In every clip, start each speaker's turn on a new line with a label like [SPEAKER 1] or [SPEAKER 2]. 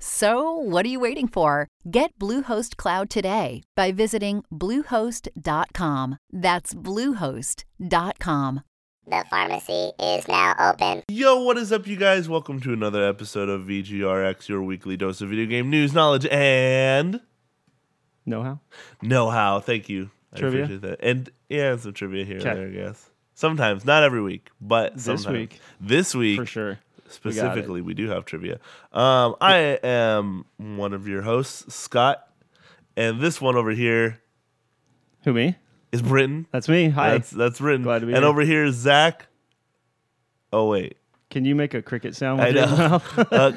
[SPEAKER 1] So, what are you waiting for? Get Bluehost Cloud today by visiting Bluehost.com. That's Bluehost.com.
[SPEAKER 2] The pharmacy is now open.
[SPEAKER 3] Yo, what is up, you guys? Welcome to another episode of VGRX, your weekly dose of video game news, knowledge, and
[SPEAKER 4] Know how?
[SPEAKER 3] know how. Thank you.
[SPEAKER 4] Trivia?
[SPEAKER 3] I appreciate that. And yeah, some trivia here
[SPEAKER 4] Okay.
[SPEAKER 3] and there, I guess. Sometimes, not every week, but
[SPEAKER 4] This
[SPEAKER 3] sometimes.
[SPEAKER 4] week.
[SPEAKER 3] This week,
[SPEAKER 4] For sure.
[SPEAKER 3] specifically, we, do have trivia. Um, I am one of your hosts, Scott, and this one over here
[SPEAKER 4] Who me?
[SPEAKER 3] is Britton.
[SPEAKER 4] That's me. Hi.
[SPEAKER 3] That's that's Britton.
[SPEAKER 4] Glad to be
[SPEAKER 3] and
[SPEAKER 4] here.
[SPEAKER 3] over here is Zach. Oh wait,
[SPEAKER 4] Can you make a cricket sound?
[SPEAKER 3] I
[SPEAKER 4] With your
[SPEAKER 3] know.
[SPEAKER 4] mouth?
[SPEAKER 3] Uh,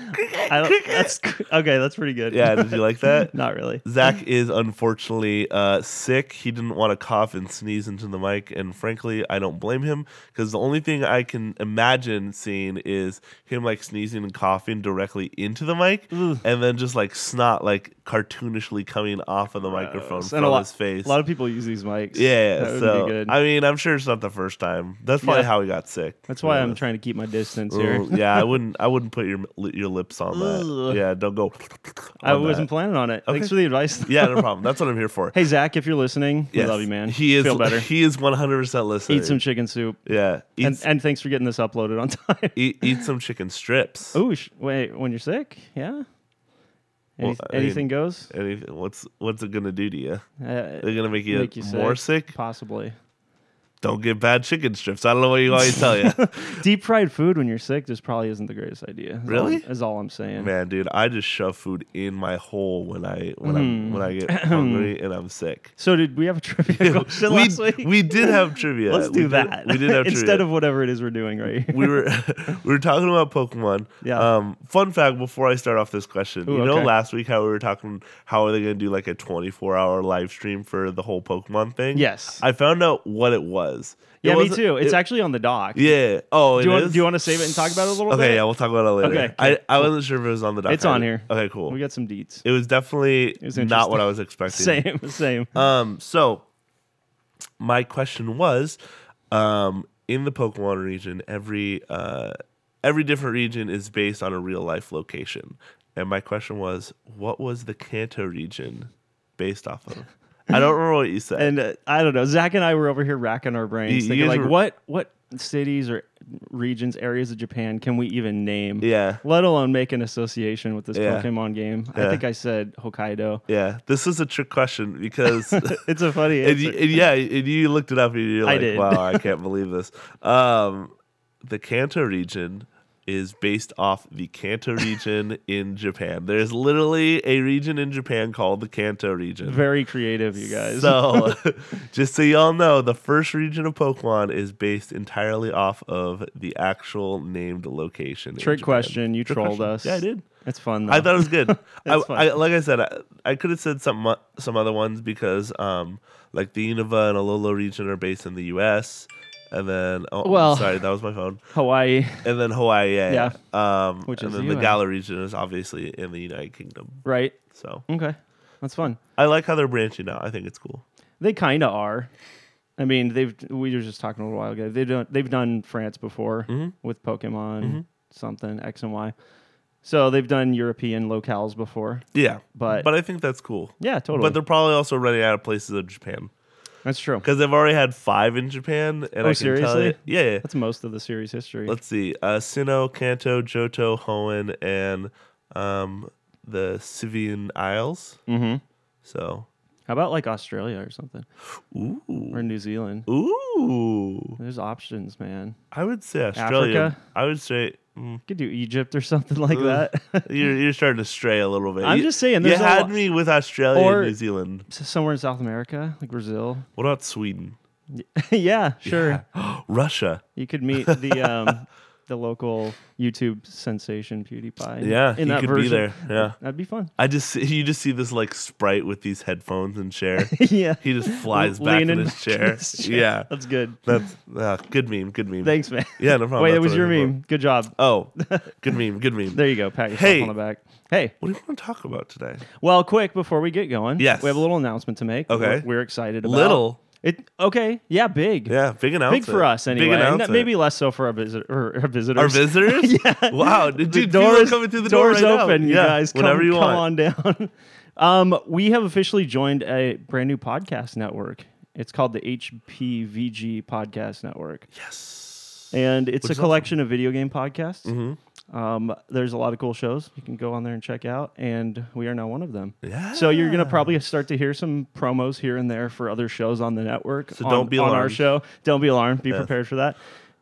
[SPEAKER 4] I don't, that's okay. That's pretty good.
[SPEAKER 3] yeah, did you like that?
[SPEAKER 4] Not really.
[SPEAKER 3] Zach is unfortunately uh, sick. He didn't want to cough and sneeze into the mic, and frankly, I don't blame him because the only thing I can imagine seeing is him like sneezing and coughing directly into the mic, and then just like snot like cartoonishly coming off of the microphone
[SPEAKER 4] And
[SPEAKER 3] from
[SPEAKER 4] a lot,
[SPEAKER 3] his face.
[SPEAKER 4] A lot of people use these mics.
[SPEAKER 3] yeah,
[SPEAKER 4] That would
[SPEAKER 3] so
[SPEAKER 4] be good.
[SPEAKER 3] I mean, I'm sure it's not the first time. That's probably
[SPEAKER 4] Yeah.
[SPEAKER 3] how he got sick.
[SPEAKER 4] that's why I'm
[SPEAKER 3] Yeah.
[SPEAKER 4] trying to keep my distance here.
[SPEAKER 3] Ooh, yeah, I wouldn't. I wouldn't put your your lips on that.
[SPEAKER 4] Ugh.
[SPEAKER 3] Yeah, don't go.
[SPEAKER 4] I
[SPEAKER 3] on
[SPEAKER 4] wasn't
[SPEAKER 3] that.
[SPEAKER 4] planning on it.
[SPEAKER 3] Okay.
[SPEAKER 4] Thanks for the advice.
[SPEAKER 3] Yeah, no problem. That's what I'm here for.
[SPEAKER 4] Hey Zach, if you're listening,
[SPEAKER 3] Yes.
[SPEAKER 4] we love you, man.
[SPEAKER 3] He is.
[SPEAKER 4] Feel better.
[SPEAKER 3] He is 100 percent listening.
[SPEAKER 4] Eat some chicken soup.
[SPEAKER 3] yeah. Eat,
[SPEAKER 4] And, and thanks for getting this uploaded on time.
[SPEAKER 3] eat, eat some chicken strips.
[SPEAKER 4] Oh, sh- wait, when you're sick, yeah. Any-
[SPEAKER 3] Well, I mean-
[SPEAKER 4] anything goes.
[SPEAKER 3] Anything? What's What's it gonna do to you?
[SPEAKER 4] Uh,
[SPEAKER 3] They're gonna make you,
[SPEAKER 4] make you
[SPEAKER 3] more sick.
[SPEAKER 4] possibly.
[SPEAKER 3] Don't get bad chicken strips. I don't know what you always tell you,
[SPEAKER 4] Deep fried food when you're sick just probably isn't the greatest idea. is all-
[SPEAKER 3] Really?
[SPEAKER 4] is all I'm saying.
[SPEAKER 3] man, dude. I just shove food in my hole when I when I'm when I get
[SPEAKER 4] Hmm.
[SPEAKER 3] hungry and I'm sick.
[SPEAKER 4] So did we have a trivia question
[SPEAKER 3] we,
[SPEAKER 4] last week?
[SPEAKER 3] we did have trivia.
[SPEAKER 4] Let's
[SPEAKER 3] We
[SPEAKER 4] do
[SPEAKER 3] did-
[SPEAKER 4] that.
[SPEAKER 3] we did have trivia.
[SPEAKER 4] instead of whatever it is we're doing right here.
[SPEAKER 3] we were we were talking about Pokemon.
[SPEAKER 4] Yeah.
[SPEAKER 3] Um, fun fact before I start off this question,
[SPEAKER 4] Ooh,
[SPEAKER 3] you know
[SPEAKER 4] okay.
[SPEAKER 3] last week how we were talking how are they going to do like a 24 hour live stream for the whole Pokemon thing?
[SPEAKER 4] Yes.
[SPEAKER 3] I found out what it was. It
[SPEAKER 4] yeah, me
[SPEAKER 3] wasn't-
[SPEAKER 4] too. It's
[SPEAKER 3] it-
[SPEAKER 4] actually on the dock.
[SPEAKER 3] yeah. Oh,
[SPEAKER 4] Do
[SPEAKER 3] it
[SPEAKER 4] you want
[SPEAKER 3] is?
[SPEAKER 4] do you want to save it and talk about it a little
[SPEAKER 3] Okay,
[SPEAKER 4] bit?
[SPEAKER 3] yeah, we'll talk about it later.
[SPEAKER 4] Okay,
[SPEAKER 3] I,
[SPEAKER 4] okay,
[SPEAKER 3] I wasn't sure if it was on the document.
[SPEAKER 4] It's on here.
[SPEAKER 3] Okay, cool.
[SPEAKER 4] We got some deets.
[SPEAKER 3] it was definitely
[SPEAKER 4] was
[SPEAKER 3] not what
[SPEAKER 4] interesting.
[SPEAKER 3] I was expecting.
[SPEAKER 4] Same, same.
[SPEAKER 3] Um, so my question was, um, in the Pokemon region, every uh, every different region is based on a real life location, and my question was, what was the Kanto region based off of? I don't remember what you said.
[SPEAKER 4] and uh, I don't know. Zach and I were over here racking our brains,
[SPEAKER 3] You- you
[SPEAKER 4] thinking
[SPEAKER 3] guys
[SPEAKER 4] like,
[SPEAKER 3] were-
[SPEAKER 4] what what cities or regions, areas of Japan can we even name?
[SPEAKER 3] yeah,
[SPEAKER 4] Let alone make an association with this
[SPEAKER 3] Yeah.
[SPEAKER 4] Pokemon game.
[SPEAKER 3] Yeah.
[SPEAKER 4] I think I said Hokkaido.
[SPEAKER 3] yeah. This is a trick question because.
[SPEAKER 4] It's a funny
[SPEAKER 3] And,
[SPEAKER 4] answer.
[SPEAKER 3] you, and yeah, and you looked it up and you're
[SPEAKER 4] I
[SPEAKER 3] like,
[SPEAKER 4] did.
[SPEAKER 3] wow, I can't believe this. Um, the Kanto region is based off the Kanto region in Japan. There's literally a region in Japan called the Kanto region.
[SPEAKER 4] Very creative, you guys.
[SPEAKER 3] So, just so y'all know, the first region of Pokemon is based entirely off of the actual named location. in
[SPEAKER 4] Trick
[SPEAKER 3] Japan.
[SPEAKER 4] question. You
[SPEAKER 3] Trick
[SPEAKER 4] trolled
[SPEAKER 3] question.
[SPEAKER 4] us.
[SPEAKER 3] Yeah, I did.
[SPEAKER 4] It's fun though.
[SPEAKER 3] I thought it was good. I,
[SPEAKER 4] fun.
[SPEAKER 3] I like I said, I, I could have said some mo- some other ones because um like the Unova and Ololo region are based in the U.S. and then oh I'm
[SPEAKER 4] Well-
[SPEAKER 3] sorry that was my phone
[SPEAKER 4] Hawaii.
[SPEAKER 3] and then Hawaii yeah,
[SPEAKER 4] Yeah.
[SPEAKER 3] yeah. um
[SPEAKER 4] Which
[SPEAKER 3] and
[SPEAKER 4] is
[SPEAKER 3] then
[SPEAKER 4] the
[SPEAKER 3] the
[SPEAKER 4] US.
[SPEAKER 3] Gala region is obviously in the United Kingdom
[SPEAKER 4] Right.
[SPEAKER 3] so
[SPEAKER 4] Okay. That's fun.
[SPEAKER 3] I like how they're branching out I think it's cool
[SPEAKER 4] They kind of are. I mean, they've we were just talking a little while ago. They've done they've done France before
[SPEAKER 3] Mm-hmm.
[SPEAKER 4] with Pokemon something X and Y. So they've done European locales before.
[SPEAKER 3] yeah
[SPEAKER 4] But-
[SPEAKER 3] but I think that's cool
[SPEAKER 4] Yeah, totally.
[SPEAKER 3] but they're probably also running out of places in Japan
[SPEAKER 4] That's true.
[SPEAKER 3] because they've already had five in Japan and
[SPEAKER 4] Oh,
[SPEAKER 3] I can tell
[SPEAKER 4] seriously?
[SPEAKER 3] you, yeah, yeah
[SPEAKER 4] That's most of the series history.
[SPEAKER 3] let's see uh sino kanto johto hoenn and um the sivian isles mm-hmm. so
[SPEAKER 4] How about like Australia or something? Ooh. Or New Zealand.
[SPEAKER 3] ooh
[SPEAKER 4] There's options, man.
[SPEAKER 3] i would say australia
[SPEAKER 4] Africa?
[SPEAKER 3] i would say mm,
[SPEAKER 4] Could do Egypt or something like that.
[SPEAKER 3] You're, you're starting to stray a little bit.
[SPEAKER 4] I'm
[SPEAKER 3] You-
[SPEAKER 4] just saying,
[SPEAKER 3] You
[SPEAKER 4] there's a
[SPEAKER 3] had
[SPEAKER 4] lot-
[SPEAKER 3] me with Australia
[SPEAKER 4] Or-
[SPEAKER 3] and New Zealand.
[SPEAKER 4] S- Somewhere in South America, like Brazil.
[SPEAKER 3] What about Sweden?
[SPEAKER 4] yeah, sure.
[SPEAKER 3] Yeah. Russia.
[SPEAKER 4] You could meet the um, the local YouTube sensation PewDiePie.
[SPEAKER 3] Yeah,
[SPEAKER 4] in
[SPEAKER 3] he
[SPEAKER 4] that
[SPEAKER 3] could
[SPEAKER 4] version.
[SPEAKER 3] be there. Yeah.
[SPEAKER 4] That'd be fun.
[SPEAKER 3] I just see- you just see this like sprite with these headphones and chair.
[SPEAKER 4] yeah.
[SPEAKER 3] He just flies
[SPEAKER 4] Le-
[SPEAKER 3] back in
[SPEAKER 4] leaning
[SPEAKER 3] his
[SPEAKER 4] back in
[SPEAKER 3] chair.
[SPEAKER 4] his
[SPEAKER 3] Yeah,
[SPEAKER 4] That's good.
[SPEAKER 3] that's uh, good meme. Good meme.
[SPEAKER 4] Thanks, man.
[SPEAKER 3] Yeah, no problem.
[SPEAKER 4] Wait, that
[SPEAKER 3] That's
[SPEAKER 4] was
[SPEAKER 3] what
[SPEAKER 4] your
[SPEAKER 3] I'm here for.
[SPEAKER 4] meme. Good job.
[SPEAKER 3] Oh, good meme. Good meme.
[SPEAKER 4] There you go. Pat yourself
[SPEAKER 3] Hey.
[SPEAKER 4] on the back. Hey,
[SPEAKER 3] What do you want to talk about today?
[SPEAKER 4] well, quick before we get going,
[SPEAKER 3] Yes.
[SPEAKER 4] we have a little announcement to make. that
[SPEAKER 3] Okay.
[SPEAKER 4] we're, we're excited about
[SPEAKER 3] Little?
[SPEAKER 4] It okay? Yeah, big.
[SPEAKER 3] Yeah, big announcement.
[SPEAKER 4] big for us anyway.
[SPEAKER 3] Big
[SPEAKER 4] and
[SPEAKER 3] announcement.
[SPEAKER 4] maybe less so for our, visit- or our visitors.
[SPEAKER 3] our visitors.
[SPEAKER 4] yeah.
[SPEAKER 3] Wow, dude,
[SPEAKER 4] the
[SPEAKER 3] people
[SPEAKER 4] door
[SPEAKER 3] are
[SPEAKER 4] is
[SPEAKER 3] coming through the door
[SPEAKER 4] doors
[SPEAKER 3] right now.
[SPEAKER 4] open, you
[SPEAKER 3] Yeah,
[SPEAKER 4] guys. Come,
[SPEAKER 3] whenever you
[SPEAKER 4] come
[SPEAKER 3] want.
[SPEAKER 4] on down. um, we have officially joined a brand new podcast network. It's called the HPVG Podcast Network.
[SPEAKER 3] Yes.
[SPEAKER 4] And it's
[SPEAKER 3] Which
[SPEAKER 4] a
[SPEAKER 3] is Mm-hmm.
[SPEAKER 4] collection of video game podcasts. Um, there's a lot of cool shows you can go on there and check out, and we are now one of them.
[SPEAKER 3] Yeah.
[SPEAKER 4] So you're gonna probably start to hear some promos here and there for other shows on the network.
[SPEAKER 3] So
[SPEAKER 4] on-
[SPEAKER 3] don't be
[SPEAKER 4] on our
[SPEAKER 3] alarmed.
[SPEAKER 4] show. Don't be alarmed. Be prepared for that.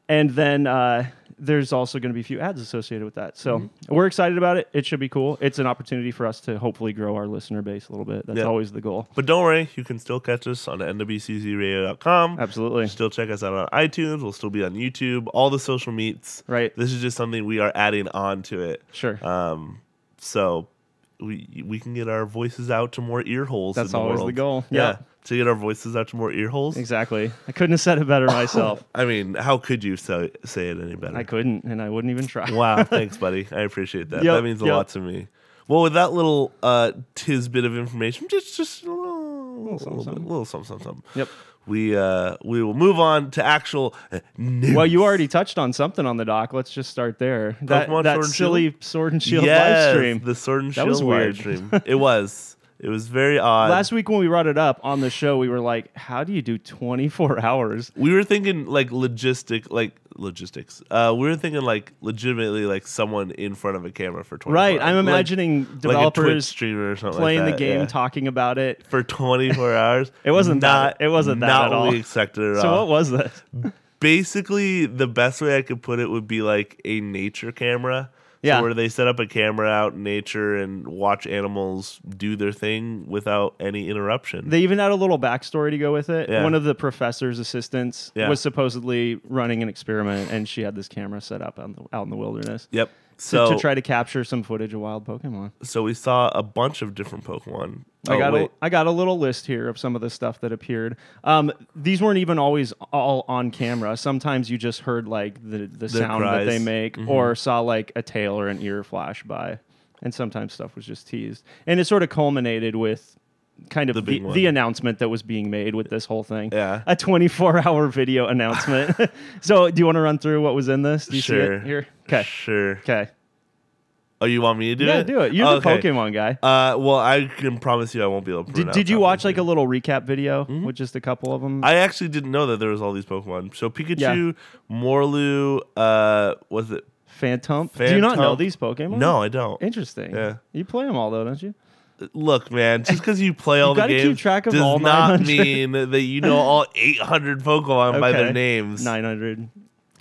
[SPEAKER 4] And then uh, there's also going to be a few ads associated with that. So
[SPEAKER 3] Mm-hmm.
[SPEAKER 4] we're excited about it. It should be cool. It's an opportunity for us to hopefully grow our listener base a little bit. That's
[SPEAKER 3] Yeah.
[SPEAKER 4] always the goal.
[SPEAKER 3] But don't worry, you can still catch us on nwczradio.com.
[SPEAKER 4] Absolutely.
[SPEAKER 3] Still check us out on iTunes. We'll still be on YouTube. All the social meets.
[SPEAKER 4] Right.
[SPEAKER 3] This is just something we are adding on to it.
[SPEAKER 4] Sure.
[SPEAKER 3] Um, so we we can get our voices out to more ear holes.
[SPEAKER 4] That's
[SPEAKER 3] in the
[SPEAKER 4] always the
[SPEAKER 3] world.
[SPEAKER 4] goal.
[SPEAKER 3] Yeah.
[SPEAKER 4] Yeah.
[SPEAKER 3] To get our voices out to more ear holes.
[SPEAKER 4] exactly. I couldn't have said it better myself.
[SPEAKER 3] I mean, how could you say, say it any better?
[SPEAKER 4] I couldn't, and I wouldn't even try.
[SPEAKER 3] Wow, thanks, buddy. I appreciate that.
[SPEAKER 4] Yep,
[SPEAKER 3] that means a
[SPEAKER 4] yep.
[SPEAKER 3] lot to me. Well, with that little uh, tiz bit of information, just just a little, little,
[SPEAKER 4] something,
[SPEAKER 3] something,
[SPEAKER 4] something.
[SPEAKER 3] little something, something, something.
[SPEAKER 4] Yep.
[SPEAKER 3] We uh, we will move on to actual uh, news.
[SPEAKER 4] Well, you already touched on something on the doc. Let's just start there. That,
[SPEAKER 3] Pokemon
[SPEAKER 4] that
[SPEAKER 3] Sword and
[SPEAKER 4] silly
[SPEAKER 3] Shield?
[SPEAKER 4] Sword and Shield
[SPEAKER 3] Yes,
[SPEAKER 4] live stream.
[SPEAKER 3] The Sword and
[SPEAKER 4] That
[SPEAKER 3] Shield
[SPEAKER 4] was weird.
[SPEAKER 3] live stream. It was. It was very odd.
[SPEAKER 4] Last week when we brought it up on the show, we were like, "How do you do 24 hours?"
[SPEAKER 3] we were thinking like logistic, like logistics. Uh, we were thinking like legitimately like someone in front of a camera for twenty.
[SPEAKER 4] Right. I'm imagining
[SPEAKER 3] like a Twitch
[SPEAKER 4] developers
[SPEAKER 3] streamer or something
[SPEAKER 4] playing
[SPEAKER 3] like
[SPEAKER 4] the
[SPEAKER 3] that,
[SPEAKER 4] game,
[SPEAKER 3] yeah.
[SPEAKER 4] talking about it.
[SPEAKER 3] for 24 hours.
[SPEAKER 4] It wasn't that- it wasn't that
[SPEAKER 3] not
[SPEAKER 4] at
[SPEAKER 3] what
[SPEAKER 4] all.
[SPEAKER 3] we expected at
[SPEAKER 4] So
[SPEAKER 3] all.
[SPEAKER 4] what was that?
[SPEAKER 3] Basically, the best way I could put it would be like a nature camera. So
[SPEAKER 4] Yeah.
[SPEAKER 3] where they set up a camera out in nature and watch animals do their thing without any interruption.
[SPEAKER 4] They even had a little backstory to go with it.
[SPEAKER 3] Yeah.
[SPEAKER 4] One of the professor's assistants
[SPEAKER 3] Yeah.
[SPEAKER 4] was supposedly running an experiment, and she had this camera set up out in the, out in the wilderness
[SPEAKER 3] yep.
[SPEAKER 4] to-
[SPEAKER 3] So
[SPEAKER 4] to, try to capture some footage of wild Pokemon.
[SPEAKER 3] so we saw a bunch of different Pokemon.
[SPEAKER 4] I
[SPEAKER 3] Oh,
[SPEAKER 4] got a,
[SPEAKER 3] wait.
[SPEAKER 4] I got a little list here of some of the stuff that appeared. Um, these weren't even always all on camera. Sometimes you just heard like the, the, sound
[SPEAKER 3] cries. Mm-hmm.
[SPEAKER 4] that they make, or saw like a tail or an ear flash by, and sometimes stuff was just teased. And it sort of culminated with kind of the,
[SPEAKER 3] big
[SPEAKER 4] the,
[SPEAKER 3] one.
[SPEAKER 4] announcement that was being made with this whole thing.
[SPEAKER 3] Yeah.
[SPEAKER 4] a 24 hour video announcement. so do you want to run through what was in this? Do you see
[SPEAKER 3] Sure.
[SPEAKER 4] it here? Okay.
[SPEAKER 3] Sure.
[SPEAKER 4] Okay.
[SPEAKER 3] Oh, you want me to do
[SPEAKER 4] Yeah,
[SPEAKER 3] it?
[SPEAKER 4] do it. You're
[SPEAKER 3] Okay.
[SPEAKER 4] the Pokemon guy.
[SPEAKER 3] Uh, well, I can promise you, I won't be able to.
[SPEAKER 4] Did,
[SPEAKER 3] pronounce
[SPEAKER 4] did you
[SPEAKER 3] half
[SPEAKER 4] watch
[SPEAKER 3] of
[SPEAKER 4] like a little recap video
[SPEAKER 3] Mm-hmm.
[SPEAKER 4] with just a couple of them?
[SPEAKER 3] I actually didn't know that there was all these Pokemon. So Pikachu, Morlu, uh, was it?
[SPEAKER 4] Phantump? Do you not know
[SPEAKER 3] Phantump.
[SPEAKER 4] these Pokemon?
[SPEAKER 3] No, I don't.
[SPEAKER 4] Interesting.
[SPEAKER 3] Yeah.
[SPEAKER 4] You play them all though, don't you?
[SPEAKER 3] Look, man, just because you play all the
[SPEAKER 4] gotta keep
[SPEAKER 3] games
[SPEAKER 4] track of
[SPEAKER 3] does
[SPEAKER 4] all
[SPEAKER 3] not
[SPEAKER 4] 900.
[SPEAKER 3] mean that you know all 800 Pokemon by their
[SPEAKER 4] Okay.
[SPEAKER 3] names.
[SPEAKER 4] 900.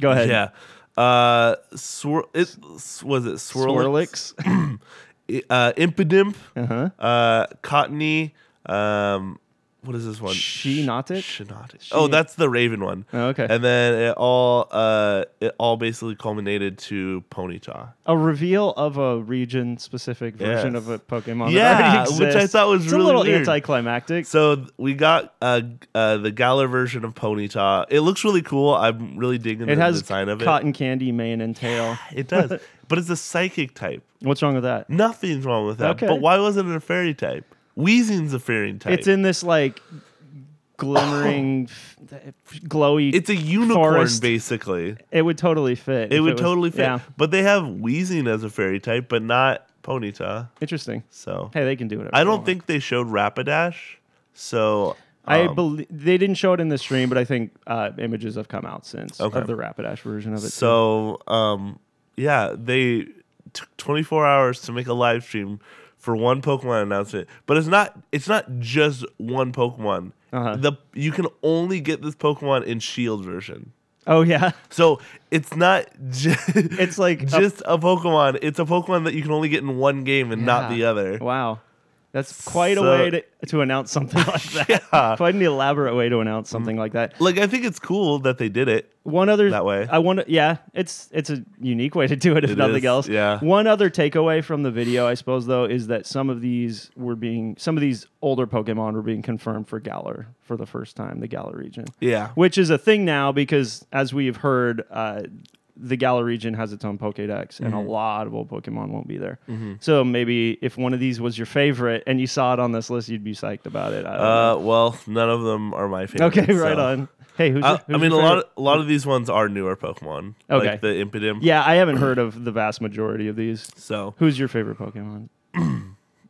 [SPEAKER 4] Go ahead.
[SPEAKER 3] Yeah. Uh, swir- it s- was it Swirlix,
[SPEAKER 4] Swirlix.
[SPEAKER 3] uh, Impidimp,
[SPEAKER 4] uh-huh.
[SPEAKER 3] uh, Cottony. Um, what is this one?
[SPEAKER 4] Shinotic?
[SPEAKER 3] Shinotic. Oh, that's the Raven one.
[SPEAKER 4] Oh, okay.
[SPEAKER 3] And then it all uh, it all basically culminated to Ponyta.
[SPEAKER 4] A reveal of a region specific version
[SPEAKER 3] Yes.
[SPEAKER 4] of a Pokemon. that
[SPEAKER 3] Yeah,
[SPEAKER 4] already
[SPEAKER 3] which I
[SPEAKER 4] exists.
[SPEAKER 3] thought was
[SPEAKER 4] it's
[SPEAKER 3] really
[SPEAKER 4] a little
[SPEAKER 3] weird.
[SPEAKER 4] anticlimactic.
[SPEAKER 3] So th- we got uh, g- uh, the Galar version of Ponyta. It looks really cool. I'm really digging
[SPEAKER 4] it
[SPEAKER 3] the
[SPEAKER 4] has
[SPEAKER 3] design of it.
[SPEAKER 4] cotton candy mane and tail.
[SPEAKER 3] It does, but it's a psychic type.
[SPEAKER 4] What's wrong with that?
[SPEAKER 3] Nothing's wrong with that.
[SPEAKER 4] Okay.
[SPEAKER 3] But why wasn't it a fairy type? Weezing's a fairy type.
[SPEAKER 4] It's in this like glimmering, f- glowy.
[SPEAKER 3] Oh. It's a unicorn,
[SPEAKER 4] forest.
[SPEAKER 3] basically.
[SPEAKER 4] It would totally fit.
[SPEAKER 3] It
[SPEAKER 4] if
[SPEAKER 3] would
[SPEAKER 4] was-
[SPEAKER 3] totally fit.
[SPEAKER 4] Yeah.
[SPEAKER 3] But they have Weezing as a fairy type, but not Ponyta.
[SPEAKER 4] Interesting.
[SPEAKER 3] So
[SPEAKER 4] Hey, they can do whatever.
[SPEAKER 3] I
[SPEAKER 4] they
[SPEAKER 3] don't
[SPEAKER 4] want.
[SPEAKER 3] think they showed Rapidash. So
[SPEAKER 4] I
[SPEAKER 3] um,
[SPEAKER 4] believe they didn't show it in the stream, but I think uh, images have come out since
[SPEAKER 3] Okay.
[SPEAKER 4] of the Rapidash version of it. too.
[SPEAKER 3] So, um, yeah, they took 24 hours to make a live stream for one Pokemon announcement, but it's not it's not just one Pokemon.
[SPEAKER 4] Uh-huh.
[SPEAKER 3] The you can only get this Pokemon in Shield E version.
[SPEAKER 4] Oh yeah,
[SPEAKER 3] So it's not just,
[SPEAKER 4] it's like a-
[SPEAKER 3] just a Pokemon. It's a Pokemon that you can only get in one game and not
[SPEAKER 4] Yeah.
[SPEAKER 3] the other.
[SPEAKER 4] wow. That's quite a
[SPEAKER 3] So-
[SPEAKER 4] way to, to announce something like that.
[SPEAKER 3] Yeah. Mm-hmm.
[SPEAKER 4] Quite an elaborate way to announce something like that.
[SPEAKER 3] Like I think it's cool that they did it.
[SPEAKER 4] One other
[SPEAKER 3] That way.
[SPEAKER 4] I want to. Yeah, it's it's a unique way to do it, if
[SPEAKER 3] It
[SPEAKER 4] nothing
[SPEAKER 3] is,
[SPEAKER 4] else.
[SPEAKER 3] yeah.
[SPEAKER 4] One other takeaway from the video, I suppose, though, is that some of these were being some of these older Pokemon were being confirmed for Galar for the first time, the Galar region.
[SPEAKER 3] Yeah.
[SPEAKER 4] Which is a thing now because, as we've heard, uh, the Galar region has its own Pokedex, and
[SPEAKER 3] Mm-hmm.
[SPEAKER 4] a lot of old Pokemon won't be there. So maybe if one of these was your favorite and you saw it on this list, you'd be psyched about it. I don't know.
[SPEAKER 3] Uh, well, none of them are my favorite.
[SPEAKER 4] okay, right
[SPEAKER 3] so-
[SPEAKER 4] on. Hey, who's?
[SPEAKER 3] I,
[SPEAKER 4] your- who's
[SPEAKER 3] I mean, a
[SPEAKER 4] your
[SPEAKER 3] lot,
[SPEAKER 4] favorite?
[SPEAKER 3] of, a lot of these ones are newer Pokemon,
[SPEAKER 4] Okay.
[SPEAKER 3] like the Impidimp.
[SPEAKER 4] Yeah, I haven't heard of the vast majority of these.
[SPEAKER 3] So,
[SPEAKER 4] Who's your favorite Pokemon?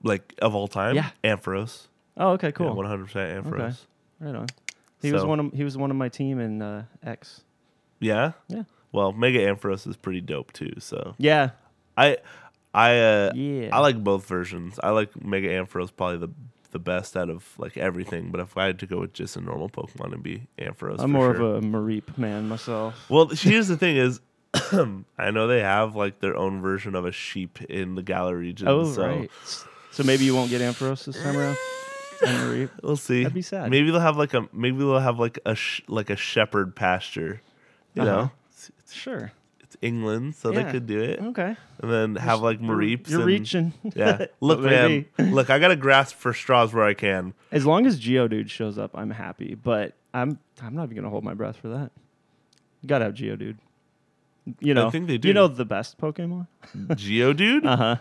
[SPEAKER 3] like of all time,
[SPEAKER 4] Yeah.
[SPEAKER 3] Ampharos.
[SPEAKER 4] Oh, okay, cool.
[SPEAKER 3] one hundred percent Ampharos.
[SPEAKER 4] Okay. right on. He was
[SPEAKER 3] So-
[SPEAKER 4] one of he was one of my team in uh, X.
[SPEAKER 3] Yeah.
[SPEAKER 4] Yeah.
[SPEAKER 3] Well, Mega Ampharos is pretty dope too. So
[SPEAKER 4] Yeah.
[SPEAKER 3] I, I, uh,
[SPEAKER 4] Yeah.
[SPEAKER 3] I like both versions. I like Mega Ampharos probably the the best out of like everything. But if I had to go with just a normal Pokemon, it'd be Ampharos.
[SPEAKER 4] I'm
[SPEAKER 3] for
[SPEAKER 4] more
[SPEAKER 3] sure.
[SPEAKER 4] of a Mareep man myself.
[SPEAKER 3] Well, here's the thing: is I know they have like their own version of a sheep in the Galar region.
[SPEAKER 4] Oh
[SPEAKER 3] so
[SPEAKER 4] right. So maybe you won't get Ampharos this time around. And Mareep.
[SPEAKER 3] We'll see.
[SPEAKER 4] That'd be sad.
[SPEAKER 3] Maybe they'll have like a maybe they'll have like a sh- like a shepherd pasture. You
[SPEAKER 4] Uh-huh.
[SPEAKER 3] know, it's, it's,
[SPEAKER 4] Sure.
[SPEAKER 3] it's England, so
[SPEAKER 4] Yeah.
[SPEAKER 3] they could do it,
[SPEAKER 4] Okay.
[SPEAKER 3] and then have like Mareeps.
[SPEAKER 4] You're
[SPEAKER 3] and-
[SPEAKER 4] reaching.
[SPEAKER 3] Yeah. Look, man.
[SPEAKER 4] Maybe.
[SPEAKER 3] Look, I got to grasp for straws where I can.
[SPEAKER 4] As long as Geodude shows up, I'm happy. But I'm I'm not even gonna hold my breath for that. You gotta have Geodude. You know,
[SPEAKER 3] think they
[SPEAKER 4] You
[SPEAKER 3] do.
[SPEAKER 4] know the best Pokemon.
[SPEAKER 3] Geodude?
[SPEAKER 4] Uh huh.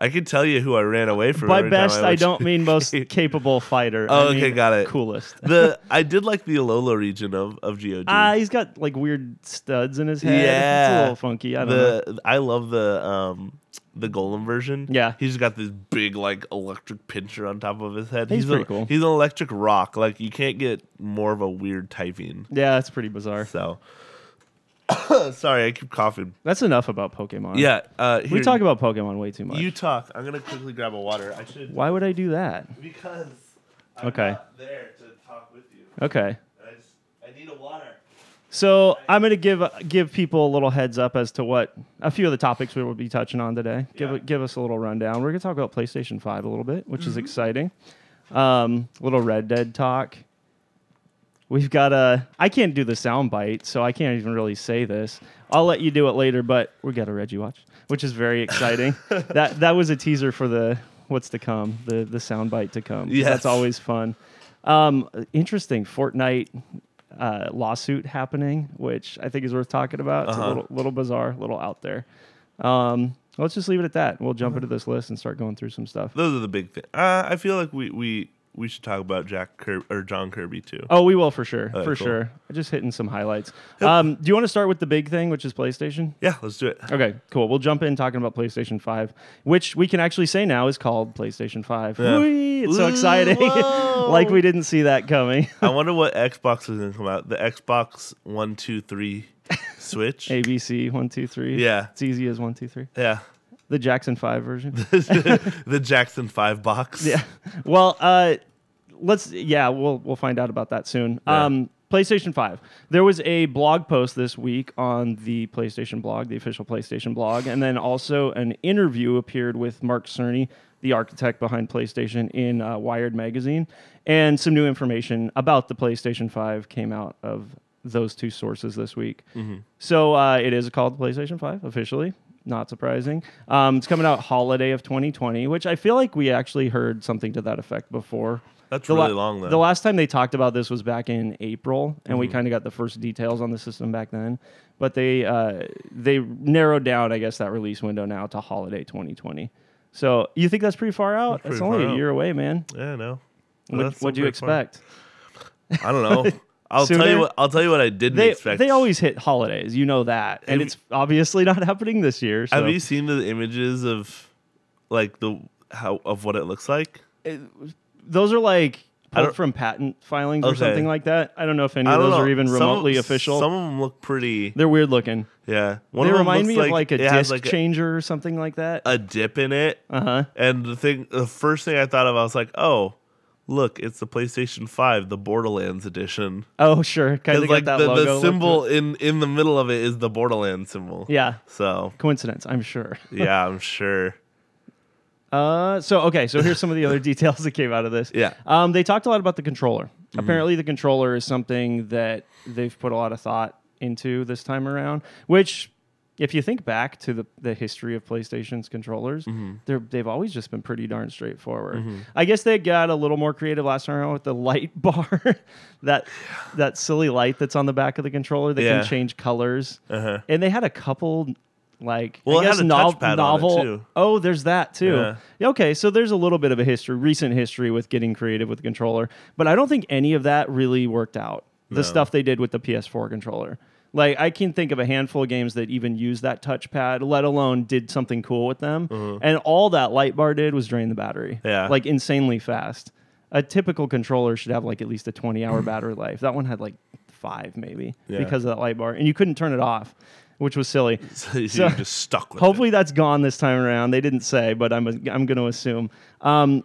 [SPEAKER 3] I could tell you who I ran away from.
[SPEAKER 4] By
[SPEAKER 3] every time
[SPEAKER 4] best, I,
[SPEAKER 3] went-
[SPEAKER 4] don't mean most capable fighter. I
[SPEAKER 3] Oh, okay,
[SPEAKER 4] mean
[SPEAKER 3] got it.
[SPEAKER 4] Coolest.
[SPEAKER 3] the I did like the Alola region of of Geodude.
[SPEAKER 4] Ah, he's got like weird studs in his head. it's a
[SPEAKER 3] Yeah.
[SPEAKER 4] little funky. I don't know.
[SPEAKER 3] the I love the um the golem version.
[SPEAKER 4] Yeah.
[SPEAKER 3] he's got this big like electric pincher on top of his head.
[SPEAKER 4] He's
[SPEAKER 3] a,
[SPEAKER 4] pretty cool.
[SPEAKER 3] He's an electric rock. Like you can't get more of a weird typing.
[SPEAKER 4] Yeah, it's pretty bizarre.
[SPEAKER 3] So sorry, I keep coughing.
[SPEAKER 4] That's enough about Pokemon.
[SPEAKER 3] Yeah, uh,
[SPEAKER 4] we
[SPEAKER 3] here,
[SPEAKER 4] talk about Pokemon way too much.
[SPEAKER 3] You talk. I'm gonna quickly grab a water. I should
[SPEAKER 4] Why would I do that?
[SPEAKER 3] because I'm
[SPEAKER 4] Okay.
[SPEAKER 3] not there to talk with you.
[SPEAKER 4] Okay.
[SPEAKER 3] I just I need a water.
[SPEAKER 4] So I'm gonna give give people a little heads up as to what a few of the topics we will be touching on today. Give
[SPEAKER 3] Yeah. Mm-hmm.
[SPEAKER 4] give us a little rundown. We're gonna talk about PlayStation Five a little bit, which is exciting. Um, little Red Dead talk. We've got a. I can't do the sound bite, so I can't even really say this. I'll let you do it later, but we got a Reggie watch, which is very exciting. that that was a teaser for the what's to come, the the sound bite to come. 'cause
[SPEAKER 3] Yes.
[SPEAKER 4] that's always fun. Um, interesting Fortnite uh, lawsuit happening, which I think is worth talking about. It's
[SPEAKER 3] Uh-huh.
[SPEAKER 4] a little, little bizarre, a little out there. Um, let's just leave it at that. We'll
[SPEAKER 3] Uh-huh.
[SPEAKER 4] jump into this list and start going through some stuff.
[SPEAKER 3] Those are the big things. Uh, I feel like we we we should talk about Jack Kirby or John Kirby too.
[SPEAKER 4] Oh, we will for sure,
[SPEAKER 3] Okay,
[SPEAKER 4] for
[SPEAKER 3] cool.
[SPEAKER 4] sure. Just hitting some highlights. Um, do you want to start with the big thing, which is PlayStation?
[SPEAKER 3] Yeah, let's do it.
[SPEAKER 4] Okay, cool. We'll jump in talking about PlayStation 5, which we can actually say now is called PlayStation 5.
[SPEAKER 3] Yeah.
[SPEAKER 4] Whee! it's so
[SPEAKER 3] Ooh,
[SPEAKER 4] exciting.
[SPEAKER 3] whoa.
[SPEAKER 4] like we didn't see that coming.
[SPEAKER 3] I wonder what Xbox is going to come out. The Xbox One, Two, Three, Switch.
[SPEAKER 4] ABC 123.
[SPEAKER 3] Yeah.
[SPEAKER 4] It's easy as 123.
[SPEAKER 3] yeah,
[SPEAKER 4] The Jackson 5 version.
[SPEAKER 3] the Jackson Five box.
[SPEAKER 4] Yeah. Well, uh, let's. Yeah, we'll we'll find out about that soon.
[SPEAKER 3] Yeah.
[SPEAKER 4] Um, PlayStation Five. There was a blog post this week on the PlayStation blog, the official PlayStation blog, and then also an interview appeared with Mark Cerny, the architect behind PlayStation, in uh, Wired magazine, and some new information about the PlayStation Five came out of those two sources this week. So uh, it is called the PlayStation Five officially not surprising. Um, it's coming out holiday of 2020, which I feel like we actually heard something to that effect before.
[SPEAKER 3] That's
[SPEAKER 4] The
[SPEAKER 3] really long, though. Mm-hmm.
[SPEAKER 4] The last time they talked about this was back in April, and we kind of got the first details on the system back then. But they uh, they narrowed down, I guess, that release window now to holiday 2020. So you think that's pretty far out?
[SPEAKER 3] That's
[SPEAKER 4] it's
[SPEAKER 3] pretty
[SPEAKER 4] only
[SPEAKER 3] far
[SPEAKER 4] a
[SPEAKER 3] out.
[SPEAKER 4] year away, man.
[SPEAKER 3] yeah, no.
[SPEAKER 4] What,
[SPEAKER 3] That's
[SPEAKER 4] what do you
[SPEAKER 3] pretty far.
[SPEAKER 4] expect?
[SPEAKER 3] I don't know. I'll tell
[SPEAKER 4] Sooner?
[SPEAKER 3] you what. I'll tell you what I didn't
[SPEAKER 4] They
[SPEAKER 3] expect.
[SPEAKER 4] they always hit holidays, you know that, and
[SPEAKER 3] Have-
[SPEAKER 4] it's obviously not happening this year. So.
[SPEAKER 3] Have you seen the images of, like the how of what it looks like?
[SPEAKER 4] those are like
[SPEAKER 3] I
[SPEAKER 4] pulled
[SPEAKER 3] don't-
[SPEAKER 4] from patent filings or
[SPEAKER 3] Okay.
[SPEAKER 4] something like that. I don't know if any
[SPEAKER 3] I
[SPEAKER 4] of
[SPEAKER 3] don't
[SPEAKER 4] those
[SPEAKER 3] know.
[SPEAKER 4] are even
[SPEAKER 3] Some of-
[SPEAKER 4] remotely official.
[SPEAKER 3] Some of them look pretty.
[SPEAKER 4] They're weird looking.
[SPEAKER 3] Yeah, one
[SPEAKER 4] they
[SPEAKER 3] of them
[SPEAKER 4] remind me
[SPEAKER 3] looks
[SPEAKER 4] of like a
[SPEAKER 3] it has
[SPEAKER 4] disc
[SPEAKER 3] like a- Uh-huh.
[SPEAKER 4] changer or something like that.
[SPEAKER 3] a dip in it.
[SPEAKER 4] Uh huh.
[SPEAKER 3] And the thing, the first thing I thought of, I was like, oh, look, it's the PlayStation 5, the Borderlands edition.
[SPEAKER 4] Oh, sure. Kind of
[SPEAKER 3] Because
[SPEAKER 4] like
[SPEAKER 3] like
[SPEAKER 4] that
[SPEAKER 3] the,
[SPEAKER 4] logo.
[SPEAKER 3] the
[SPEAKER 4] look to
[SPEAKER 3] symbol
[SPEAKER 4] it.
[SPEAKER 3] in in the middle of it is the Borderlands symbol.
[SPEAKER 4] Yeah.
[SPEAKER 3] So
[SPEAKER 4] Coincidence, I'm sure.
[SPEAKER 3] yeah, I'm sure.
[SPEAKER 4] Uh, so okay, so here's some of the other details that came out of this.
[SPEAKER 3] Yeah.
[SPEAKER 4] Um, they talked a lot about the controller.
[SPEAKER 3] Mm-hmm.
[SPEAKER 4] Apparently, the controller is something that they've put a lot of thought into this time around. Which, if you think back to the, the history of PlayStation's controllers,
[SPEAKER 3] Mm-hmm.
[SPEAKER 4] they're, they've always just been pretty darn straightforward. I guess they got a little more creative last time around with the light bar, that that silly light that's on the back of the controller that
[SPEAKER 3] Yeah.
[SPEAKER 4] can change colors.
[SPEAKER 3] Uh-huh.
[SPEAKER 4] And they had a couple. Like
[SPEAKER 3] Well,
[SPEAKER 4] I
[SPEAKER 3] it had
[SPEAKER 4] guess
[SPEAKER 3] a
[SPEAKER 4] nov-
[SPEAKER 3] touchpad on it,
[SPEAKER 4] novel,
[SPEAKER 3] too.
[SPEAKER 4] Oh, there's that too.
[SPEAKER 3] Yeah.
[SPEAKER 4] Yeah, Okay, so there's a little bit of a history, recent history with getting creative with the controller, but I don't think any of that really worked out. The stuff they did with the PS4 controller. Like I can think of a handful of games that even used that touchpad, let alone did something cool with them. And all that light bar did was drain the battery.
[SPEAKER 3] Mm-hmm. Yeah.
[SPEAKER 4] Like insanely fast. A typical controller should have like at least a 20 hour battery life. That one had like five maybe
[SPEAKER 3] Yeah.
[SPEAKER 4] because of that light bar. And you couldn't turn it off, which was silly.
[SPEAKER 3] So,
[SPEAKER 4] So-
[SPEAKER 3] you're just stuck with
[SPEAKER 4] Hopefully that's gone this time around. They didn't say, but I'm I'm going to assume um,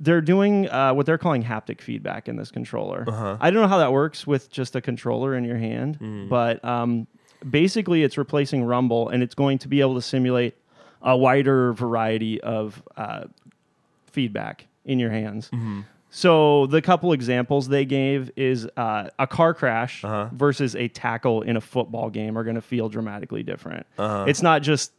[SPEAKER 4] they're doing uh, what they're calling haptic feedback in this controller. I don't know how that works with just a controller in your hand, but um, basically it's replacing rumble and it's going to be able to simulate a wider variety of uh, feedback in your hands. So the couple examples they gave is uh, a car crash versus a tackle in a football game are going to feel dramatically different. It's not just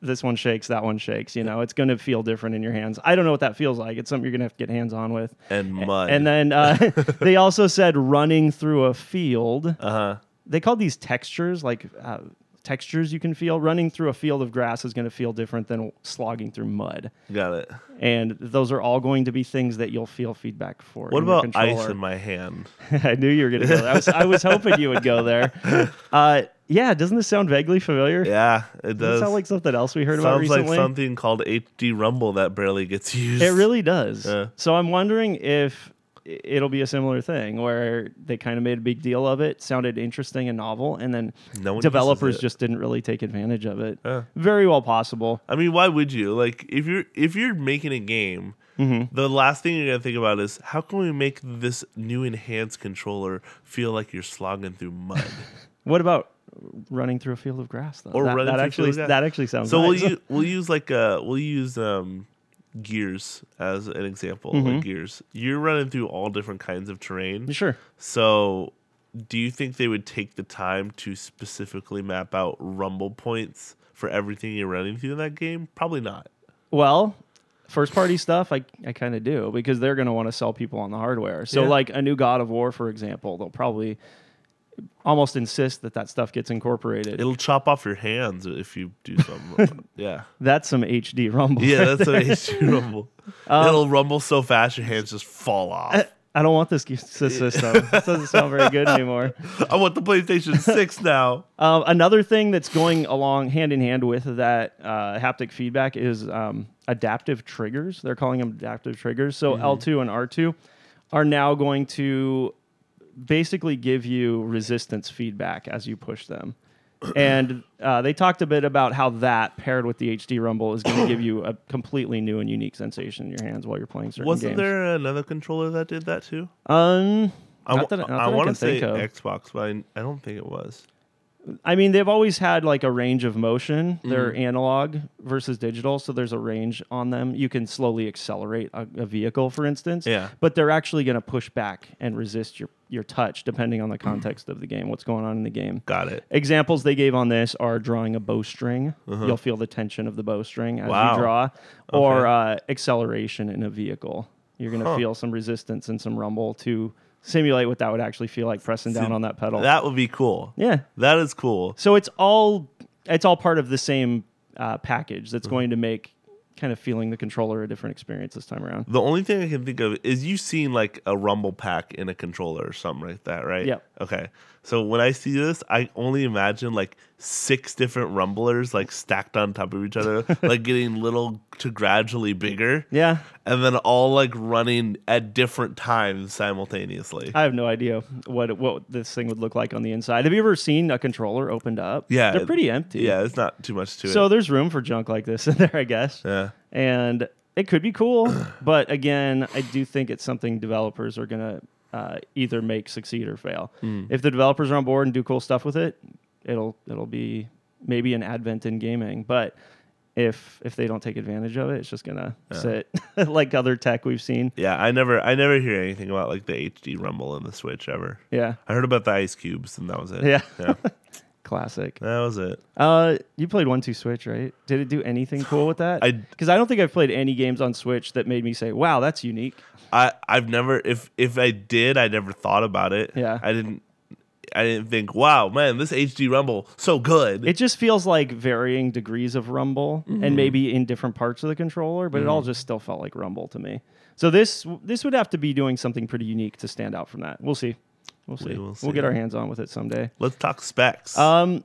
[SPEAKER 4] this one shakes, that one shakes. You know, it's going to feel different in your hands. I don't know what that feels like. It's something you're going to have to get hands on with.
[SPEAKER 3] it. and mud.
[SPEAKER 4] And then uh, they also said running through a field.
[SPEAKER 3] uh-huh.
[SPEAKER 4] They called these textures like uh, textures you can feel. Running through a field of grass is going to feel different than slogging through mud.
[SPEAKER 3] Got it.
[SPEAKER 4] And those are all going to be things that you'll feel feedback for.
[SPEAKER 3] What
[SPEAKER 4] in your
[SPEAKER 3] about ice
[SPEAKER 4] controller.
[SPEAKER 3] in my hand?
[SPEAKER 4] I knew you were going to go there. I was, I was hoping you would go there. Uh, yeah, doesn't this sound vaguely familiar?
[SPEAKER 3] Yeah, it
[SPEAKER 4] Does
[SPEAKER 3] does.
[SPEAKER 4] it sound like something else we heard about
[SPEAKER 3] Sounds like
[SPEAKER 4] recently?
[SPEAKER 3] something called HD Rumble that barely gets used.
[SPEAKER 4] It really does.
[SPEAKER 3] Yeah.
[SPEAKER 4] So I'm wondering if i- it'll be a similar thing where they kind of made a big deal of it, sounded interesting and novel, and then
[SPEAKER 3] No one uses
[SPEAKER 4] developers
[SPEAKER 3] it.
[SPEAKER 4] just didn't really take advantage of it.
[SPEAKER 3] Yeah.
[SPEAKER 4] Very well possible.
[SPEAKER 3] I mean, why would you? Like, if you're if you're making a game, the last thing you're gonna think about is how can we make this new enhanced controller feel like you're slogging through mud,
[SPEAKER 4] What about running through a field of grass though?
[SPEAKER 3] Or
[SPEAKER 4] that,
[SPEAKER 3] running
[SPEAKER 4] that
[SPEAKER 3] through a
[SPEAKER 4] actually
[SPEAKER 3] field of grass.
[SPEAKER 4] that actually sounds
[SPEAKER 3] so we'll
[SPEAKER 4] nice.
[SPEAKER 3] use we'll use like uh we'll use um gears as an example. Like gears, you're running through all different kinds of terrain.
[SPEAKER 4] sure.
[SPEAKER 3] So, do you think they would take the time to specifically map out rumble points for everything you're running through in that game? Probably not.
[SPEAKER 4] Well, first party stuff, I, I kind of do because they're going to want to sell people on the hardware. So,
[SPEAKER 3] Yeah.
[SPEAKER 4] like a new God of War, for example, they'll probably almost insist that that stuff gets incorporated.
[SPEAKER 3] It'll chop off your hands if you do something. yeah.
[SPEAKER 4] that's some HD rumble.
[SPEAKER 3] Yeah, that's an HD rumble.
[SPEAKER 4] Um,
[SPEAKER 3] It'll rumble so fast your hands just fall off.
[SPEAKER 4] I don't want this g- s- system. this doesn't sound very good anymore.
[SPEAKER 3] I want the PlayStation 6 now.
[SPEAKER 4] Um, another thing that's going along hand in hand with that uh, haptic feedback is um, adaptive triggers. They're calling them adaptive triggers.
[SPEAKER 3] Mm-hmm.
[SPEAKER 4] So L2 and R2 are now going to basically give you resistance feedback as you push them. And uh, they talked a bit about how that paired with the HD Rumble is going to give you a completely new and unique sensation in your hands while you're playing certain
[SPEAKER 3] Wasn't
[SPEAKER 4] games.
[SPEAKER 3] there another controller that did that too?
[SPEAKER 4] Um,
[SPEAKER 3] I
[SPEAKER 4] Not that I- not that I
[SPEAKER 3] want to
[SPEAKER 4] can
[SPEAKER 3] say
[SPEAKER 4] think of.
[SPEAKER 3] Xbox, but I, I don't think it was.
[SPEAKER 4] I mean, they've always had like a range of motion.
[SPEAKER 3] Mm-hmm.
[SPEAKER 4] They're analog versus digital, so there's a range on them. You can slowly accelerate a, a vehicle, for instance.
[SPEAKER 3] Yeah.
[SPEAKER 4] But they're actually going to push back and resist your your touch, depending on the
[SPEAKER 3] Mm-hmm.
[SPEAKER 4] context of the game, what's going on in the game.
[SPEAKER 3] Got it.
[SPEAKER 4] Examples they gave on this are drawing a bowstring. You'll feel the tension of the bowstring as
[SPEAKER 3] Uh-huh. Wow.
[SPEAKER 4] you draw, or uh, acceleration in a vehicle. You're going to
[SPEAKER 3] Huh.
[SPEAKER 4] feel some resistance and some rumble to simulate what that would actually feel like pressing down on that pedal.
[SPEAKER 3] That would be cool.
[SPEAKER 4] yeah.
[SPEAKER 3] That is cool.
[SPEAKER 4] So it's all it's all part of the same uh, package that's
[SPEAKER 3] Mm-hmm.
[SPEAKER 4] going to make kind of feeling the controller a different experience this time around.
[SPEAKER 3] The only thing I can think of is you've seen like a rumble pack in a controller or something like that, right?
[SPEAKER 4] Yep.
[SPEAKER 3] Okay. So when I see this, I only imagine like six different rumblers like stacked on top of each other, like getting little to gradually bigger.
[SPEAKER 4] Yeah,
[SPEAKER 3] And then all like running at different times simultaneously.
[SPEAKER 4] I have no idea what what this thing would look like on the inside. Have you ever seen a controller opened up?
[SPEAKER 3] yeah.
[SPEAKER 4] they're pretty empty.
[SPEAKER 3] Yeah, it's not too much to
[SPEAKER 4] So
[SPEAKER 3] it.
[SPEAKER 4] there's room for junk like this in there, I guess.
[SPEAKER 3] Yeah.
[SPEAKER 4] And it could be cool, but again, I do think it's something developers are gonna uh, either make succeed or fail. If the developers are on board and do cool stuff with it, it'll it'll be maybe an advent in gaming. But if if they don't take advantage of it, it's just gonna sit like other tech we've seen.
[SPEAKER 3] Yeah, I never I never hear anything about like the HD rumble in the Switch ever.
[SPEAKER 4] Yeah,
[SPEAKER 3] I heard about the ice cubes and that was it.
[SPEAKER 4] Yeah.
[SPEAKER 3] yeah
[SPEAKER 4] classic.
[SPEAKER 3] that was it.
[SPEAKER 4] Uh, you played One Two Switch, right? Did it do anything cool with that?
[SPEAKER 3] I-
[SPEAKER 4] because I don't think I've played any games on Switch that made me say, "Wow, that's unique."
[SPEAKER 3] I I've never if if I did I never thought about it.
[SPEAKER 4] Yeah.
[SPEAKER 3] I didn't I didn't think wow man this HD rumble so good.
[SPEAKER 4] It just feels like varying degrees of rumble,
[SPEAKER 3] Mm-hmm.
[SPEAKER 4] and maybe in different parts of the controller, but it all just still felt like rumble to me. So this this would have to be doing something pretty unique to stand out from that. We'll see. We'll see.
[SPEAKER 3] will
[SPEAKER 4] We'll,
[SPEAKER 3] see.
[SPEAKER 4] get our hands on with it someday.
[SPEAKER 3] Let's talk specs.
[SPEAKER 4] Um,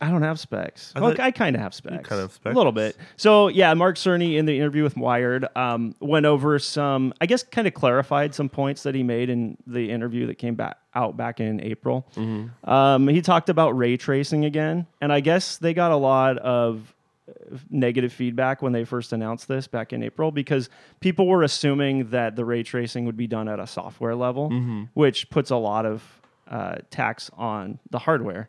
[SPEAKER 4] I don't have specs. well,
[SPEAKER 3] thought-
[SPEAKER 4] I kind of have specs.
[SPEAKER 3] kind of have
[SPEAKER 4] A little
[SPEAKER 3] specs.
[SPEAKER 4] bit. So yeah, Mark Cerny in the interview with Wired um, went over some, I guess, kind of clarified some points that he made in the interview that came back out back in April.
[SPEAKER 3] Mm-hmm.
[SPEAKER 4] Um, he talked about ray tracing again, and I guess they got a lot of uh, negative feedback when they first announced this back in April because people were assuming that the ray tracing would be done at a software level,
[SPEAKER 3] Mm-hmm.
[SPEAKER 4] which puts a lot of uh, tax on the hardware.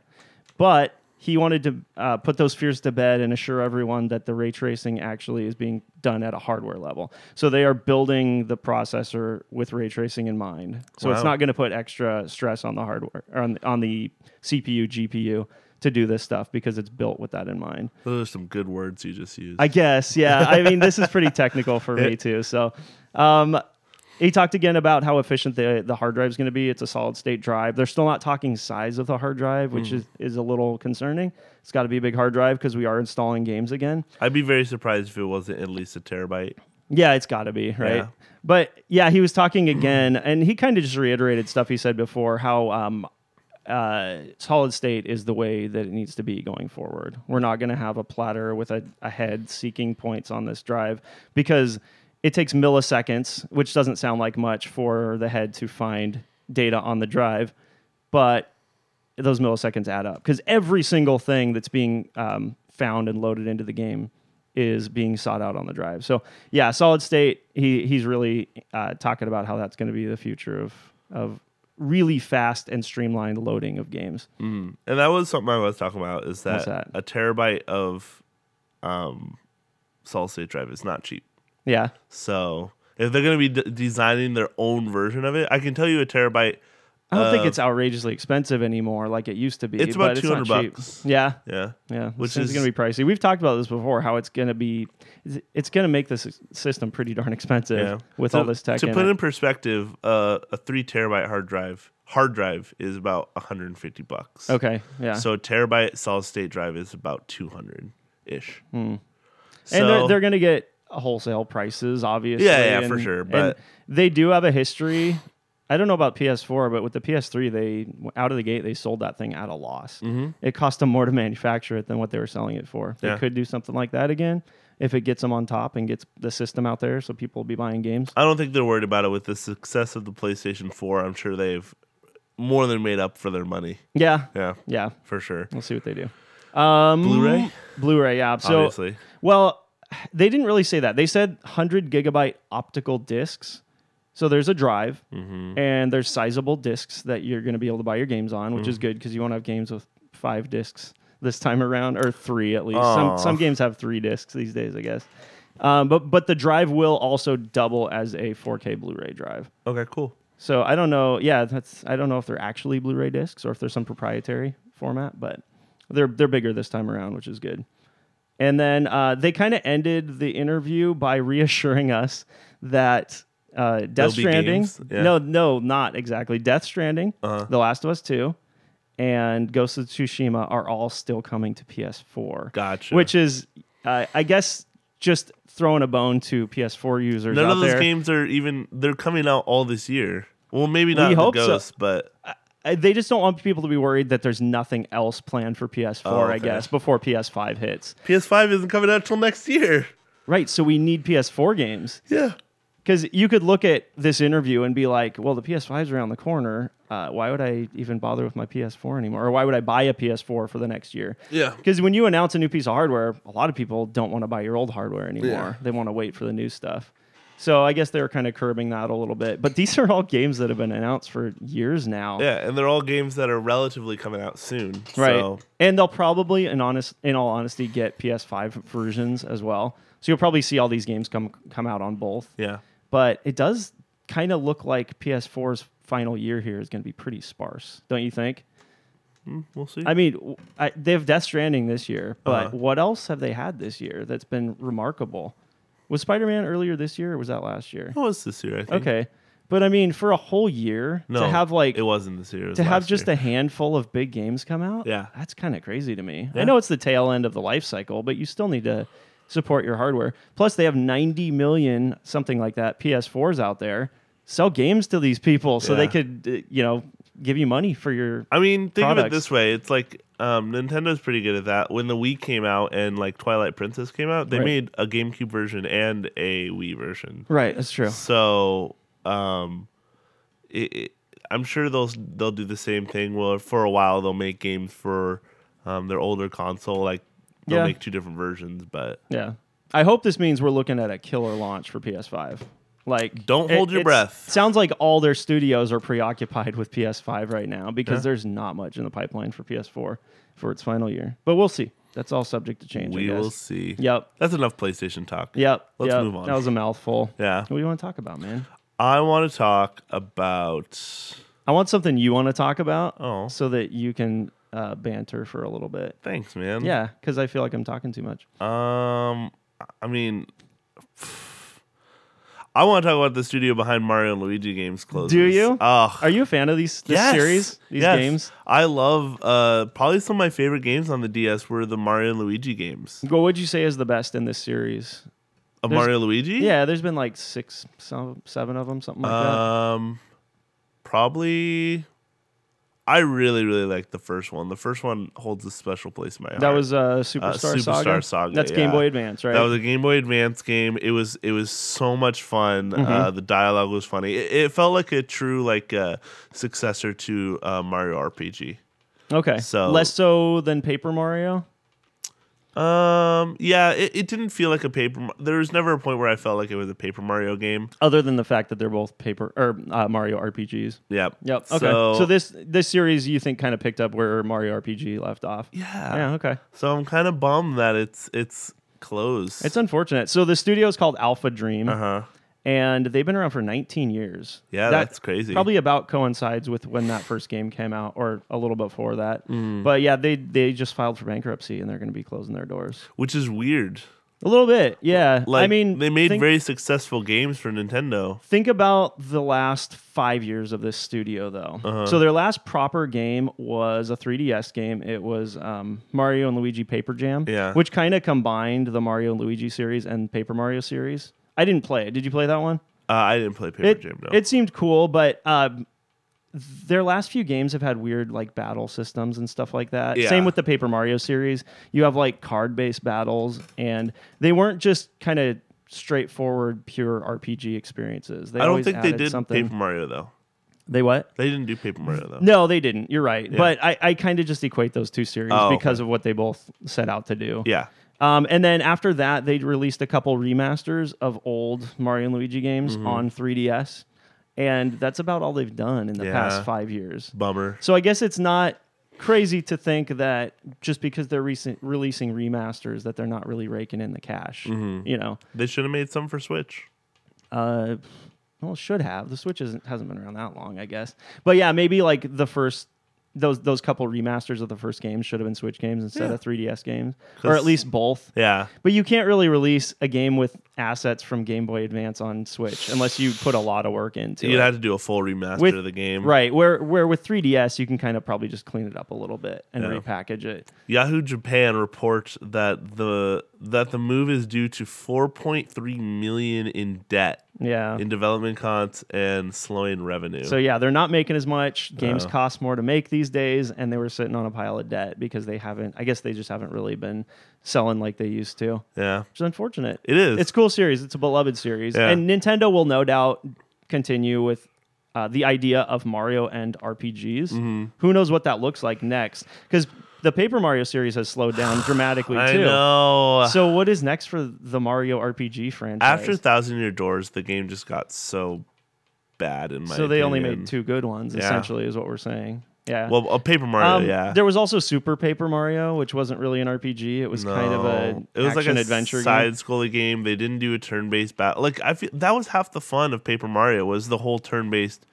[SPEAKER 4] But he wanted to uh, put those fears to bed and assure everyone that the ray tracing actually is being done at a hardware level. So they are building the processor with ray tracing in mind. So it's
[SPEAKER 3] Wow.
[SPEAKER 4] not going to put extra stress on the hardware or on, on the CPU, GPU to do this stuff because it's built with that in mind.
[SPEAKER 3] Those are some good words you just used.
[SPEAKER 4] I guess, yeah. I mean, this is pretty technical for me too. So, um, he talked again about how efficient the the hard drive is going to be. It's a solid state drive. They're still not talking size of the hard drive, which is is a little concerning. It's got to be a big hard drive because we are installing games again.
[SPEAKER 3] I'd be very surprised if it wasn't at least a terabyte.
[SPEAKER 4] Yeah, it's got to be right.
[SPEAKER 3] Yeah.
[SPEAKER 4] But yeah, he was talking again, and he kind of just reiterated stuff he said before. How um, uh, solid state is the way that it needs to be going forward. We're not going to have a platter with a, a head seeking points on this drive because it takes milliseconds, which doesn't sound like much for the head to find data on the drive, but those milliseconds add up because every single thing that's being um, found and loaded into the game is being sought out on the drive. So yeah, solid state. He he's really uh, talking about how that's going to be the future of of really fast and streamlined loading of games.
[SPEAKER 3] And that was something I was talking about is that,
[SPEAKER 4] What's that?
[SPEAKER 3] a terabyte of um solid state drive is not cheap.
[SPEAKER 4] Yeah,
[SPEAKER 3] So if they're going to be d- designing their own version of it, I can tell you a terabyte.
[SPEAKER 4] I don't think
[SPEAKER 3] of-
[SPEAKER 4] it's outrageously expensive anymore like it used to be.
[SPEAKER 3] Uh, It's about
[SPEAKER 4] but not
[SPEAKER 3] 200
[SPEAKER 4] cheap.
[SPEAKER 3] bucks.
[SPEAKER 4] Yeah.
[SPEAKER 3] Yeah.
[SPEAKER 4] Yeah,
[SPEAKER 3] Which
[SPEAKER 4] which is
[SPEAKER 3] is-
[SPEAKER 4] going to be pricey. We've talked about this before. How it's going to be, it's going to make this system pretty darn expensive
[SPEAKER 3] Yeah.
[SPEAKER 4] with
[SPEAKER 3] To-
[SPEAKER 4] all this tech.
[SPEAKER 3] To
[SPEAKER 4] in
[SPEAKER 3] put
[SPEAKER 4] it.
[SPEAKER 3] in perspective, uh, a three terabyte hard drive hard drive is about 150 bucks.
[SPEAKER 4] okay, yeah.
[SPEAKER 3] So a terabyte solid state drive is about 200 ish. So,
[SPEAKER 4] and Hmm. they're, they're going to get wholesale prices, obviously.
[SPEAKER 3] Yeah, yeah,
[SPEAKER 4] and-
[SPEAKER 3] for sure,
[SPEAKER 4] and
[SPEAKER 3] but-
[SPEAKER 4] they do have a history. I don't know about PS4, but with the PS3, they out of the gate they sold that thing at a loss. It cost them more to manufacture it than what they were selling it for.
[SPEAKER 3] Mm-hmm. Yeah.
[SPEAKER 4] They could do something like that again if it gets them on top and gets the system out there, so people will be buying games.
[SPEAKER 3] I don't think they're worried about it with the success of the PlayStation 4. I'm sure they've more than made up for their money.
[SPEAKER 4] Yeah,
[SPEAKER 3] Yeah,
[SPEAKER 4] yeah.
[SPEAKER 3] for sure.
[SPEAKER 4] We'll see what they do. Um,
[SPEAKER 3] Blu-ray?
[SPEAKER 4] Blu-ray, yeah. So,
[SPEAKER 3] Obviously.
[SPEAKER 4] well, they didn't really say that. They said 100 gigabyte optical discs. So there's a drive, and there's sizable discs that you're going to be able to buy your games on, which is good because you won't have games with five discs this time around, or three at least.
[SPEAKER 3] Aw.
[SPEAKER 4] Some some games have three discs these days, I guess. Um, but but the drive will also double as a 4K Blu-ray drive.
[SPEAKER 3] Okay, cool.
[SPEAKER 4] So I don't know. Yeah, that's I don't know if they're actually Blu-ray discs or if there's some proprietary format, but they're they're bigger this time around, which is good. And then uh, they kind of ended the interview by reassuring us that uh, Death
[SPEAKER 3] be
[SPEAKER 4] Stranding,
[SPEAKER 3] games, yeah. Uh-huh.
[SPEAKER 4] no, no, not exactly Death Stranding, The Last of Us Two, and Ghost of Tsushima are all still coming to PS4.
[SPEAKER 3] Gotcha.
[SPEAKER 4] Which is, uh, I guess, just throwing a bone to PS4 users
[SPEAKER 3] None
[SPEAKER 4] out
[SPEAKER 3] of those
[SPEAKER 4] there.
[SPEAKER 3] games are even they're coming out all this year. Well, maybe not the
[SPEAKER 4] hope so.
[SPEAKER 3] Ghost, but
[SPEAKER 4] I- Uh, they just don't want people to be worried that there's nothing else planned for PS4,
[SPEAKER 3] Oh, okay.
[SPEAKER 4] I guess, before PS5 hits.
[SPEAKER 3] PS5 isn't coming out till next year.
[SPEAKER 4] Right, so we need PS4 games.
[SPEAKER 3] Yeah.
[SPEAKER 4] because you could look at this interview and be like, well, the PS5 is around the corner. Uh, why would I even bother with my PS4 anymore? Or why would I buy a PS4 for the next year?
[SPEAKER 3] Yeah.
[SPEAKER 4] Because when you announce a new piece of hardware, a lot of people don't want to buy your old hardware anymore. They want to wait for the new stuff. So I guess they're kind of curbing that a little bit. But these are all games that have been announced for years now.
[SPEAKER 3] Yeah, and they're all games that are relatively coming out soon.
[SPEAKER 4] Right.
[SPEAKER 3] So,
[SPEAKER 4] And they'll probably, in honest, in all honesty, get PS5 versions as well. So you'll probably see all these games come come out on both.
[SPEAKER 3] yeah.
[SPEAKER 4] But it does kind of look like PS4's final year here is going to be pretty sparse, don't you think?
[SPEAKER 3] We'll see.
[SPEAKER 4] I mean, w- I, they have Death Stranding this year, but
[SPEAKER 3] Uh-huh.
[SPEAKER 4] what else have they had this year that's been remarkable? Was Spider Man earlier this year or was that last year?
[SPEAKER 3] it was this year, I think.
[SPEAKER 4] Okay. But I mean, for a whole year
[SPEAKER 3] No,
[SPEAKER 4] to have like
[SPEAKER 3] it wasn't this year. It was
[SPEAKER 4] to have
[SPEAKER 3] last
[SPEAKER 4] just
[SPEAKER 3] year.
[SPEAKER 4] a handful of big games come out
[SPEAKER 3] Yeah.
[SPEAKER 4] that's kind of crazy to me
[SPEAKER 3] Yeah.
[SPEAKER 4] i know it's the tail end of the life cycle but you still need to support your hardware plus they have 90 million something like that ps4s out there sell games to these people so they
[SPEAKER 3] Yeah.
[SPEAKER 4] could uh, you know give you money for your
[SPEAKER 3] I mean, think of it
[SPEAKER 4] products.
[SPEAKER 3] this way: it's like um, Nintendo's pretty good at that. When the Wii came out and like Twilight Princess came out, they
[SPEAKER 4] Right.
[SPEAKER 3] made a GameCube version and a Wii version.
[SPEAKER 4] right that's true
[SPEAKER 3] So, um, it, it, I'm sure they'll they'll do the same thing. Well, for a while they'll make games for um, their older console, like they'll
[SPEAKER 4] Yeah.
[SPEAKER 3] make two different versions. But
[SPEAKER 4] yeah i hope this means we're looking at a killer launch for ps5 like
[SPEAKER 3] Don't hold your
[SPEAKER 4] it's-
[SPEAKER 3] breath.
[SPEAKER 4] sounds like all their studios are preoccupied with ps5 right now because there's not much in the pipeline for ps4 for its final year but we'll see that's all subject to change I
[SPEAKER 3] we
[SPEAKER 4] guess.
[SPEAKER 3] will see.
[SPEAKER 4] Yep.
[SPEAKER 3] that's enough PlayStation talk.
[SPEAKER 4] Yep.
[SPEAKER 3] Let's
[SPEAKER 4] yep.
[SPEAKER 3] move on.
[SPEAKER 4] That was a mouthful.
[SPEAKER 3] Yeah.
[SPEAKER 4] What do you want to talk about, man?
[SPEAKER 3] I want to talk about.
[SPEAKER 4] I want something you want to talk about
[SPEAKER 3] Oh.
[SPEAKER 4] so that you can uh, banter for a little bit.
[SPEAKER 3] Thanks, man.
[SPEAKER 4] Yeah, because I feel like I'm talking too much.
[SPEAKER 3] Um, I mean, I want to talk about the studio behind Mario and Luigi games closes.
[SPEAKER 4] Do you?
[SPEAKER 3] Oh,
[SPEAKER 4] Are you a fan of these this series? These games?
[SPEAKER 3] I love. Uh, probably some of my favorite games on the DS were the Mario and Luigi games.
[SPEAKER 4] What would you say is the best in this series?
[SPEAKER 3] Of
[SPEAKER 4] There's-
[SPEAKER 3] Mario and Luigi,
[SPEAKER 4] Yeah, there's been like six, some, seven of them, something like that.
[SPEAKER 3] Um, probably. I really, really like the first one. The first one holds a special place in my heart.
[SPEAKER 4] That was uh, Superstar, Saga.
[SPEAKER 3] Superstar Saga,
[SPEAKER 4] That's Game
[SPEAKER 3] yeah.
[SPEAKER 4] Boy Advance, right?
[SPEAKER 3] That was a Game Boy Advance game. It was it was so much fun. Uh, the dialogue was funny. It, it felt like a true like uh, successor to uh, Mario RPG.
[SPEAKER 4] okay.
[SPEAKER 3] so-
[SPEAKER 4] Less so than Paper Mario.
[SPEAKER 3] Um, yeah, it, it didn't feel like a paper. Mar- There was never a point where I felt like it was a Paper Mario game.
[SPEAKER 4] Other than the fact that they're both paper or uh, Mario RPGs.
[SPEAKER 3] Yep.
[SPEAKER 4] Yep. Okay. So,
[SPEAKER 3] So,
[SPEAKER 4] this this series you think kind of picked up where Mario RPG left off.
[SPEAKER 3] Yeah.
[SPEAKER 4] Yeah. Okay.
[SPEAKER 3] So I'm kind of bummed that it's it's closed.
[SPEAKER 4] It's unfortunate. So the studio is called Alpha Dream,
[SPEAKER 3] uh huh.
[SPEAKER 4] and they've been around for 19 years.
[SPEAKER 3] Yeah,
[SPEAKER 4] That
[SPEAKER 3] that's crazy.
[SPEAKER 4] Probably about coincides with when that first game came out, or a little before that.
[SPEAKER 3] Mm.
[SPEAKER 4] But yeah, they they just filed for bankruptcy, and they're going to be closing their doors
[SPEAKER 3] which is weird.
[SPEAKER 4] a little bit. Yeah.
[SPEAKER 3] Like
[SPEAKER 4] I mean,
[SPEAKER 3] they made
[SPEAKER 4] think-
[SPEAKER 3] very successful games for Nintendo.
[SPEAKER 4] Think about the last five years of this studio, though.
[SPEAKER 3] Uh-huh.
[SPEAKER 4] So their last proper game was a 3DS game. It was um, Mario and Luigi Paper Jam,
[SPEAKER 3] Yeah.
[SPEAKER 4] which kind of combined the Mario and Luigi series and Paper Mario series. I didn't play it. Did you play that one?
[SPEAKER 3] Uh, I didn't play Paper
[SPEAKER 4] It,
[SPEAKER 3] Jam though.
[SPEAKER 4] it seemed cool, but um, their last few games have had weird like battle systems and stuff like that.
[SPEAKER 3] Yeah.
[SPEAKER 4] Same with the Paper Mario series. You have like card based battles, and they weren't just kind of straightforward pure RPG experiences. They
[SPEAKER 3] I don't
[SPEAKER 4] always
[SPEAKER 3] think they
[SPEAKER 4] added
[SPEAKER 3] did
[SPEAKER 4] something.
[SPEAKER 3] Paper Mario though.
[SPEAKER 4] They what?
[SPEAKER 3] They didn't do Paper Mario though.
[SPEAKER 4] No, they didn't. You're right. But I, I kind of just equate those two series
[SPEAKER 3] Oh,
[SPEAKER 4] because of what they both set out to do.
[SPEAKER 3] Yeah.
[SPEAKER 4] Um, and then after that, they released a couple remasters of old Mario and Luigi games on 3DS. And that's about all they've done in the
[SPEAKER 3] Yeah.
[SPEAKER 4] past five years.
[SPEAKER 3] Bummer.
[SPEAKER 4] So I guess it's not crazy to think that just because they're recent releasing remasters that they're not really raking in the cash. You know,
[SPEAKER 3] They should have made some for Switch.
[SPEAKER 4] uh, well, should have. The Switch isn't, hasn't been around that long, I guess. But yeah, maybe like the first those those couple remasters of the first games should have been Switch games instead of 3DS games, or at least both.
[SPEAKER 3] Yeah.
[SPEAKER 4] But you can't really release a game with assets from Game Boy Advance on Switch unless you put a lot of work into
[SPEAKER 3] You'd
[SPEAKER 4] it.
[SPEAKER 3] have to do a full remaster
[SPEAKER 4] With-
[SPEAKER 3] of the game.
[SPEAKER 4] Right, where where with 3DS you can kind of probably just clean it up a little bit and
[SPEAKER 3] Yeah.
[SPEAKER 4] repackage it.
[SPEAKER 3] Yahoo Japan reports that the that the move is due to 4.3 million in debt
[SPEAKER 4] Yeah.
[SPEAKER 3] in development costs and slowing revenue.
[SPEAKER 4] Oh. So yeah, they're not making as much. Games
[SPEAKER 3] Oh.
[SPEAKER 4] cost more to make these days, and they were sitting on a pile of debt because they haven't. I guess they just haven't really been selling like they used to, which
[SPEAKER 3] yeah,
[SPEAKER 4] is unfortunate.
[SPEAKER 3] it is.
[SPEAKER 4] It's a cool series. It's a beloved series,
[SPEAKER 3] Yeah.
[SPEAKER 4] and Nintendo will no doubt continue with. Uh, the idea of Mario and RPGs.
[SPEAKER 3] Mm-hmm.
[SPEAKER 4] Who knows what that looks like next? Because the Paper Mario series has slowed down dramatically
[SPEAKER 3] I
[SPEAKER 4] too.
[SPEAKER 3] know.
[SPEAKER 4] So what is next for the Mario RPG franchise?
[SPEAKER 3] After Thousand Year Doors, the game just got so bad in my.
[SPEAKER 4] so they only
[SPEAKER 3] opinion.
[SPEAKER 4] made two good ones.
[SPEAKER 3] Yeah.
[SPEAKER 4] Essentially, is what we're saying. Yeah.
[SPEAKER 3] Well, a Paper Mario,
[SPEAKER 4] Um,
[SPEAKER 3] yeah.
[SPEAKER 4] There was also Super Paper Mario, which wasn't really an RPG. It was kind of a
[SPEAKER 3] No. it was like
[SPEAKER 4] action
[SPEAKER 3] an
[SPEAKER 4] adventure
[SPEAKER 3] side
[SPEAKER 4] game.
[SPEAKER 3] scrolling game. They didn't do a turn based battle. Like I feel that was half the fun of Paper Mario was the whole turn based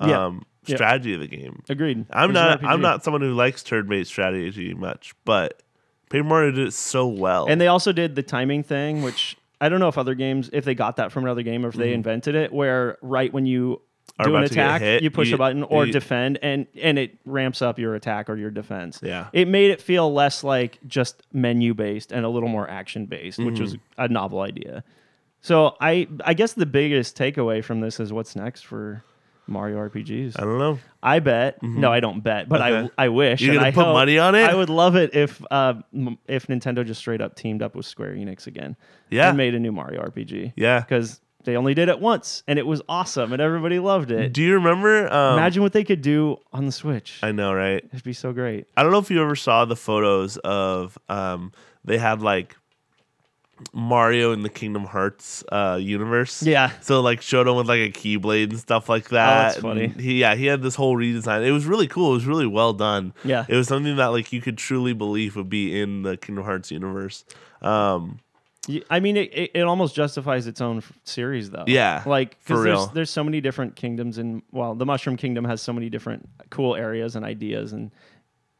[SPEAKER 4] Yeah.
[SPEAKER 3] um,
[SPEAKER 4] Yeah.
[SPEAKER 3] strategy of the game.
[SPEAKER 4] Agreed.
[SPEAKER 3] I'm
[SPEAKER 4] It was an
[SPEAKER 3] not I'm
[SPEAKER 4] RPG.
[SPEAKER 3] not someone who likes turn based strategy much, but Paper Mario did it so well.
[SPEAKER 4] And they also did the timing thing, which I don't know if other games if they got that from another game or if they invented it, where right when you
[SPEAKER 3] Mm-hmm. Are
[SPEAKER 4] do an
[SPEAKER 3] about to get
[SPEAKER 4] attack,
[SPEAKER 3] hit,
[SPEAKER 4] you push
[SPEAKER 3] you-
[SPEAKER 4] a button or
[SPEAKER 3] you-
[SPEAKER 4] defend, and and it ramps up your attack or your defense.
[SPEAKER 3] Yeah.
[SPEAKER 4] it made it feel less like just menu based and a little more action based, which was
[SPEAKER 3] Mm-hmm.
[SPEAKER 4] a novel idea. So I I guess the biggest takeaway from this is what's next for Mario RPGs.
[SPEAKER 3] I don't know.
[SPEAKER 4] I bet. No, I don't bet, but
[SPEAKER 3] Mm-hmm. Okay.
[SPEAKER 4] I I wish.
[SPEAKER 3] You're
[SPEAKER 4] and
[SPEAKER 3] gonna
[SPEAKER 4] I
[SPEAKER 3] put
[SPEAKER 4] hope-
[SPEAKER 3] money on it?
[SPEAKER 4] I would love it if uh, m- if Nintendo just straight up teamed up with Square Enix again.
[SPEAKER 3] Yeah.
[SPEAKER 4] and made a new Mario RPG.
[SPEAKER 3] Yeah.
[SPEAKER 4] because they only did it once, and it was awesome, and everybody loved it.
[SPEAKER 3] Do you remember um,
[SPEAKER 4] Imagine what they could do on the Switch.
[SPEAKER 3] I know, right?
[SPEAKER 4] It'd be so great.
[SPEAKER 3] I don't know if you ever saw the photos of um, they had like Mario in the Kingdom Hearts uh, universe.
[SPEAKER 4] Yeah. Oh,
[SPEAKER 3] So like showed him with like a keyblade and stuff like that.
[SPEAKER 4] that's funny.
[SPEAKER 3] And He, yeah, he had this whole redesign. It was really cool. It was really well done.
[SPEAKER 4] Yeah.
[SPEAKER 3] It was something that like you could truly believe would be in the Kingdom Hearts universe. Um,
[SPEAKER 4] Y- I mean, it, it, it almost justifies its own f- series, though.
[SPEAKER 3] Yeah,
[SPEAKER 4] like
[SPEAKER 3] for
[SPEAKER 4] 'cause there's,
[SPEAKER 3] real.
[SPEAKER 4] there's so many different kingdoms, and well, the Mushroom Kingdom has so many different cool areas and ideas and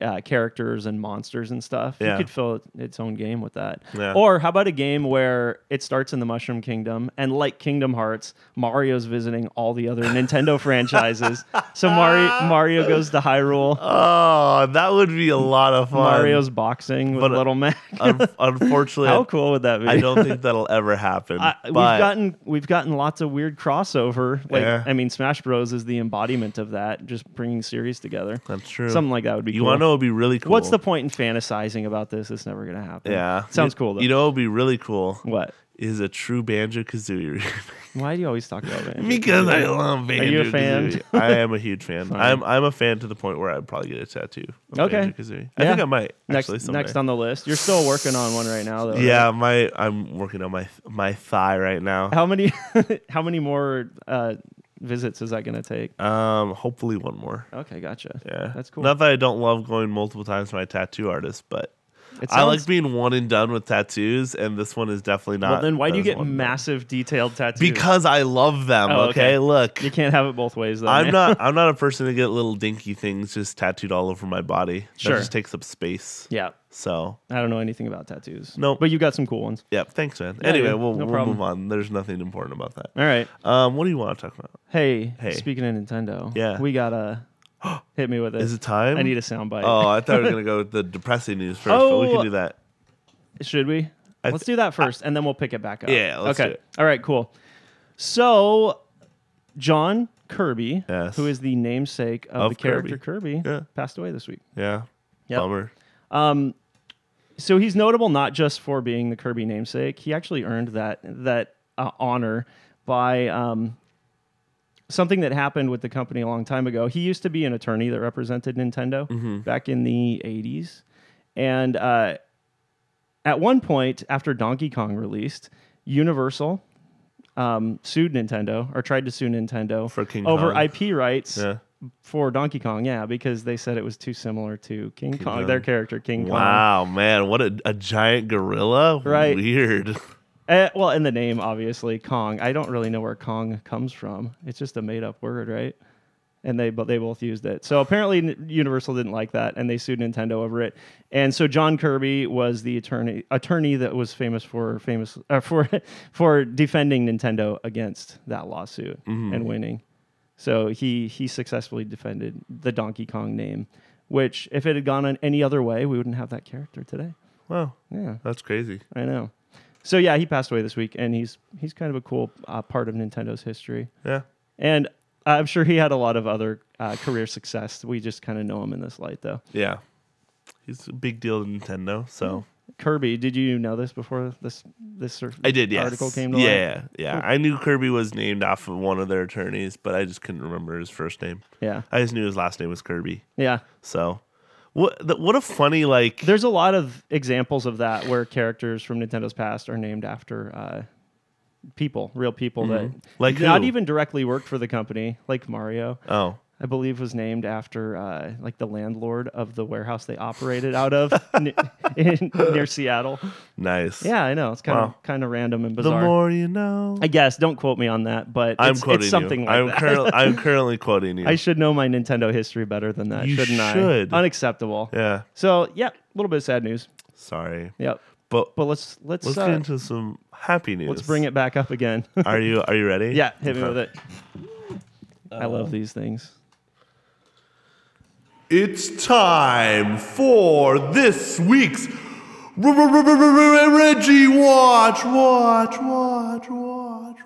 [SPEAKER 4] uh, characters and monsters and stuff.
[SPEAKER 3] Yeah.
[SPEAKER 4] You could fill it- its own game with that.
[SPEAKER 3] Yeah.
[SPEAKER 4] Or how about a game where it starts in the Mushroom Kingdom, and like Kingdom Hearts, Mario's visiting all the other Nintendo franchises. So Mario Mario goes to Hyrule.
[SPEAKER 3] oh, that would be a lot of fun.
[SPEAKER 4] Mario's boxing with
[SPEAKER 3] But, uh,
[SPEAKER 4] Little Mac.
[SPEAKER 3] Un- unfortunately,
[SPEAKER 4] how cool would that be?
[SPEAKER 3] I don't think that'll ever happen.
[SPEAKER 4] I, we've
[SPEAKER 3] but-
[SPEAKER 4] gotten we've gotten lots of weird crossover. Like
[SPEAKER 3] Yeah.
[SPEAKER 4] I mean, Smash Bros is the embodiment of that, just bringing series together.
[SPEAKER 3] that's true.
[SPEAKER 4] Something like that would be.
[SPEAKER 3] you
[SPEAKER 4] cool.
[SPEAKER 3] want to know? It'd be really cool.
[SPEAKER 4] What's the point in fantasizing about this? It's never gonna happen.
[SPEAKER 3] Yeah.
[SPEAKER 4] sounds
[SPEAKER 3] You-
[SPEAKER 4] cool though.
[SPEAKER 3] You know, it would be really cool
[SPEAKER 4] what?
[SPEAKER 3] is a true Banjo Kazooie.
[SPEAKER 4] Why do you always talk about it?
[SPEAKER 3] because I love Banjo.
[SPEAKER 4] Are you a fan?
[SPEAKER 3] I am a huge fan. I'm I'm a fan to the point where I'd probably get a tattoo. Of
[SPEAKER 4] Okay.
[SPEAKER 3] Banjo-Kazooie. I
[SPEAKER 4] Yeah.
[SPEAKER 3] think I might
[SPEAKER 4] next,
[SPEAKER 3] actually someday.
[SPEAKER 4] next on the list. You're still working on one right now though. right?
[SPEAKER 3] Yeah, my I'm working on my my thigh right now.
[SPEAKER 4] How many? how many more uh, visits is that gonna take?
[SPEAKER 3] Um, hopefully one more.
[SPEAKER 4] Okay, gotcha.
[SPEAKER 3] Yeah,
[SPEAKER 4] that's cool.
[SPEAKER 3] Not that I don't love going multiple times to my tattoo artist, but
[SPEAKER 4] It
[SPEAKER 3] I like
[SPEAKER 4] sounds-
[SPEAKER 3] being one and done with tattoos, and this one is definitely not.
[SPEAKER 4] Well, then why do you
[SPEAKER 3] those
[SPEAKER 4] get
[SPEAKER 3] one-
[SPEAKER 4] massive detailed tattoos?
[SPEAKER 3] Because I love them.
[SPEAKER 4] Oh,
[SPEAKER 3] okay?
[SPEAKER 4] okay.
[SPEAKER 3] look,
[SPEAKER 4] you can't have it both ways though.
[SPEAKER 3] I'm
[SPEAKER 4] Oh, man.
[SPEAKER 3] not. I'm not a person to get little dinky things just tattooed all over my body.
[SPEAKER 4] Sure.
[SPEAKER 3] that just takes up space.
[SPEAKER 4] Yeah.
[SPEAKER 3] So,
[SPEAKER 4] I don't know anything about tattoos.
[SPEAKER 3] Nope.
[SPEAKER 4] But you got some cool ones.
[SPEAKER 3] yeah. Thanks, man.
[SPEAKER 4] Yeah,
[SPEAKER 3] anyway,
[SPEAKER 4] dude,
[SPEAKER 3] we'll,
[SPEAKER 4] no
[SPEAKER 3] we'll
[SPEAKER 4] problem.
[SPEAKER 3] move on. There's nothing important about that.
[SPEAKER 4] All right.
[SPEAKER 3] Um, what do you want to talk about?
[SPEAKER 4] Hey,
[SPEAKER 3] Hey.
[SPEAKER 4] speaking of Nintendo,
[SPEAKER 3] Yeah.
[SPEAKER 4] we gotta hit me with it.
[SPEAKER 3] Is it time?
[SPEAKER 4] I need a soundbite.
[SPEAKER 3] Oh, I thought we were gonna go with the depressing news first, but we
[SPEAKER 4] Oh.
[SPEAKER 3] can do that.
[SPEAKER 4] Should we?
[SPEAKER 3] I
[SPEAKER 4] let's
[SPEAKER 3] th-
[SPEAKER 4] do that first, and then we'll pick it back up.
[SPEAKER 3] Yeah, let's
[SPEAKER 4] okay.
[SPEAKER 3] do it.
[SPEAKER 4] All right. Cool. So, John Kirby,
[SPEAKER 3] Yes.
[SPEAKER 4] who is the namesake of,
[SPEAKER 3] Of
[SPEAKER 4] the character Kirby,
[SPEAKER 3] Yeah.
[SPEAKER 4] passed away this week.
[SPEAKER 3] Yeah.
[SPEAKER 4] Yep.
[SPEAKER 3] Bummer.
[SPEAKER 4] so he's notable not just for being the Kirby namesake. He actually earned that that uh, honor by um, something that happened with the company a long time ago. He used to be an attorney that represented Nintendo
[SPEAKER 3] Mm-hmm.
[SPEAKER 4] back in the '80s, and uh, at one point after Donkey Kong released, Universal um, sued Nintendo or tried to sue Nintendo
[SPEAKER 3] For King
[SPEAKER 4] over
[SPEAKER 3] Kong.
[SPEAKER 4] IP rights
[SPEAKER 3] Yeah.
[SPEAKER 4] for Donkey Kong. Yeah, because they said it was too similar to King, Kong,
[SPEAKER 3] Kong.
[SPEAKER 4] their character King Kong.
[SPEAKER 3] Wow, man, what a, a giant gorilla.
[SPEAKER 4] Right.
[SPEAKER 3] Weird.
[SPEAKER 4] Uh, well, in the name, obviously, Kong. I don't really know where Kong comes from. It's just a made-up word, right? And they but they both used it. So apparently, N- Universal didn't like that, and they sued Nintendo over it. And so John Kirby was the attorney attorney that was famous for famous uh, for for defending Nintendo against that lawsuit
[SPEAKER 3] Mm-hmm.
[SPEAKER 4] and winning. So he he successfully defended the Donkey Kong name, which if it had gone on any other way, we wouldn't have that character today.
[SPEAKER 3] Wow.
[SPEAKER 4] Yeah.
[SPEAKER 3] That's crazy.
[SPEAKER 4] I know. So yeah, he passed away this week, and he's he's kind of a cool uh, part of Nintendo's history.
[SPEAKER 3] Yeah.
[SPEAKER 4] And I'm sure he had a lot of other uh, career success. We just kind of know him in this light, though.
[SPEAKER 3] Yeah. He's a big deal to Nintendo. So
[SPEAKER 4] Kirby, did you know this before this this sur-
[SPEAKER 3] I did, yes.
[SPEAKER 4] article came to light?
[SPEAKER 3] yeah, yeah. I knew Kirby was named off of one of their attorneys, but I just couldn't remember his first name.
[SPEAKER 4] yeah,
[SPEAKER 3] I just knew his last name was Kirby.
[SPEAKER 4] yeah.
[SPEAKER 3] So what the, what a funny like
[SPEAKER 4] There's a lot of examples of that where characters from Nintendo's past are named after uh, people, real people that
[SPEAKER 3] Like
[SPEAKER 4] not
[SPEAKER 3] Mm-hmm. who?
[SPEAKER 4] even directly worked for the company, like Mario.
[SPEAKER 3] Oh.
[SPEAKER 4] I believe was named after uh, like the landlord of the warehouse they operated out of n- in, near Seattle.
[SPEAKER 3] Nice.
[SPEAKER 4] Yeah, I know it's kind of
[SPEAKER 3] Wow.
[SPEAKER 4] kind of random and
[SPEAKER 3] The
[SPEAKER 4] bizarre.
[SPEAKER 3] more you know.
[SPEAKER 4] I guess don't quote me on that, but
[SPEAKER 3] I'm
[SPEAKER 4] it's, it's
[SPEAKER 3] quoting
[SPEAKER 4] something
[SPEAKER 3] you.
[SPEAKER 4] like
[SPEAKER 3] I'm
[SPEAKER 4] that.
[SPEAKER 3] currently I'm currently quoting you.
[SPEAKER 4] I should know my Nintendo history better than that,
[SPEAKER 3] You
[SPEAKER 4] shouldn't
[SPEAKER 3] should.
[SPEAKER 4] I? Unacceptable.
[SPEAKER 3] yeah.
[SPEAKER 4] So yeah, a little bit of sad news.
[SPEAKER 3] Sorry.
[SPEAKER 4] Yep.
[SPEAKER 3] But,
[SPEAKER 4] But let's let's
[SPEAKER 3] let's
[SPEAKER 4] uh,
[SPEAKER 3] get into some happy news.
[SPEAKER 4] let's bring it back up again.
[SPEAKER 3] Are you are you ready?
[SPEAKER 4] yeah, hit me
[SPEAKER 3] Okay. Uh,
[SPEAKER 4] with it. I love these things.
[SPEAKER 3] It's time for this week's Reggie Watch, Watch, Watch, Watch, Watch.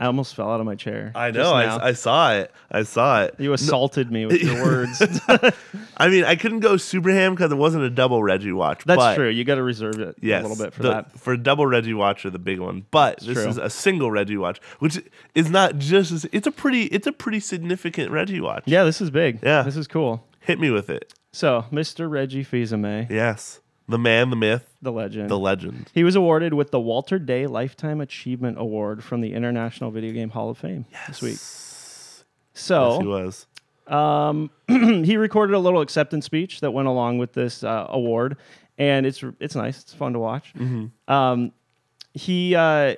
[SPEAKER 4] I almost fell out of my chair.
[SPEAKER 3] I
[SPEAKER 4] just
[SPEAKER 3] know.
[SPEAKER 4] now.
[SPEAKER 3] I, I saw it. I saw it.
[SPEAKER 4] you assaulted me with your words. That's
[SPEAKER 3] I mean, I couldn't go super ham because it wasn't a double Reggie Watch. but
[SPEAKER 4] true. You got to reserve it
[SPEAKER 3] Yes,
[SPEAKER 4] a little bit for
[SPEAKER 3] the-
[SPEAKER 4] that.
[SPEAKER 3] For double Reggie Watch are the big one, but this
[SPEAKER 4] true.
[SPEAKER 3] is a single Reggie Watch, which is not just. As, it's a pretty. It's a pretty significant Reggie Watch.
[SPEAKER 4] Yeah, this is big.
[SPEAKER 3] Yeah.
[SPEAKER 4] this is cool.
[SPEAKER 3] Hit me with it.
[SPEAKER 4] So, Mr. Reggie Fils-Aimé,
[SPEAKER 3] Yes, the man, the myth,
[SPEAKER 4] the legend.
[SPEAKER 3] the legend.
[SPEAKER 4] He was awarded with the Walter Day Lifetime Achievement Award from the International Video Game Hall of Fame this week.
[SPEAKER 3] Yes, he
[SPEAKER 4] So
[SPEAKER 3] was.
[SPEAKER 4] he recorded a little acceptance speech that went along with this uh, award, and it's it's nice. It's fun to watch. Um, he uh,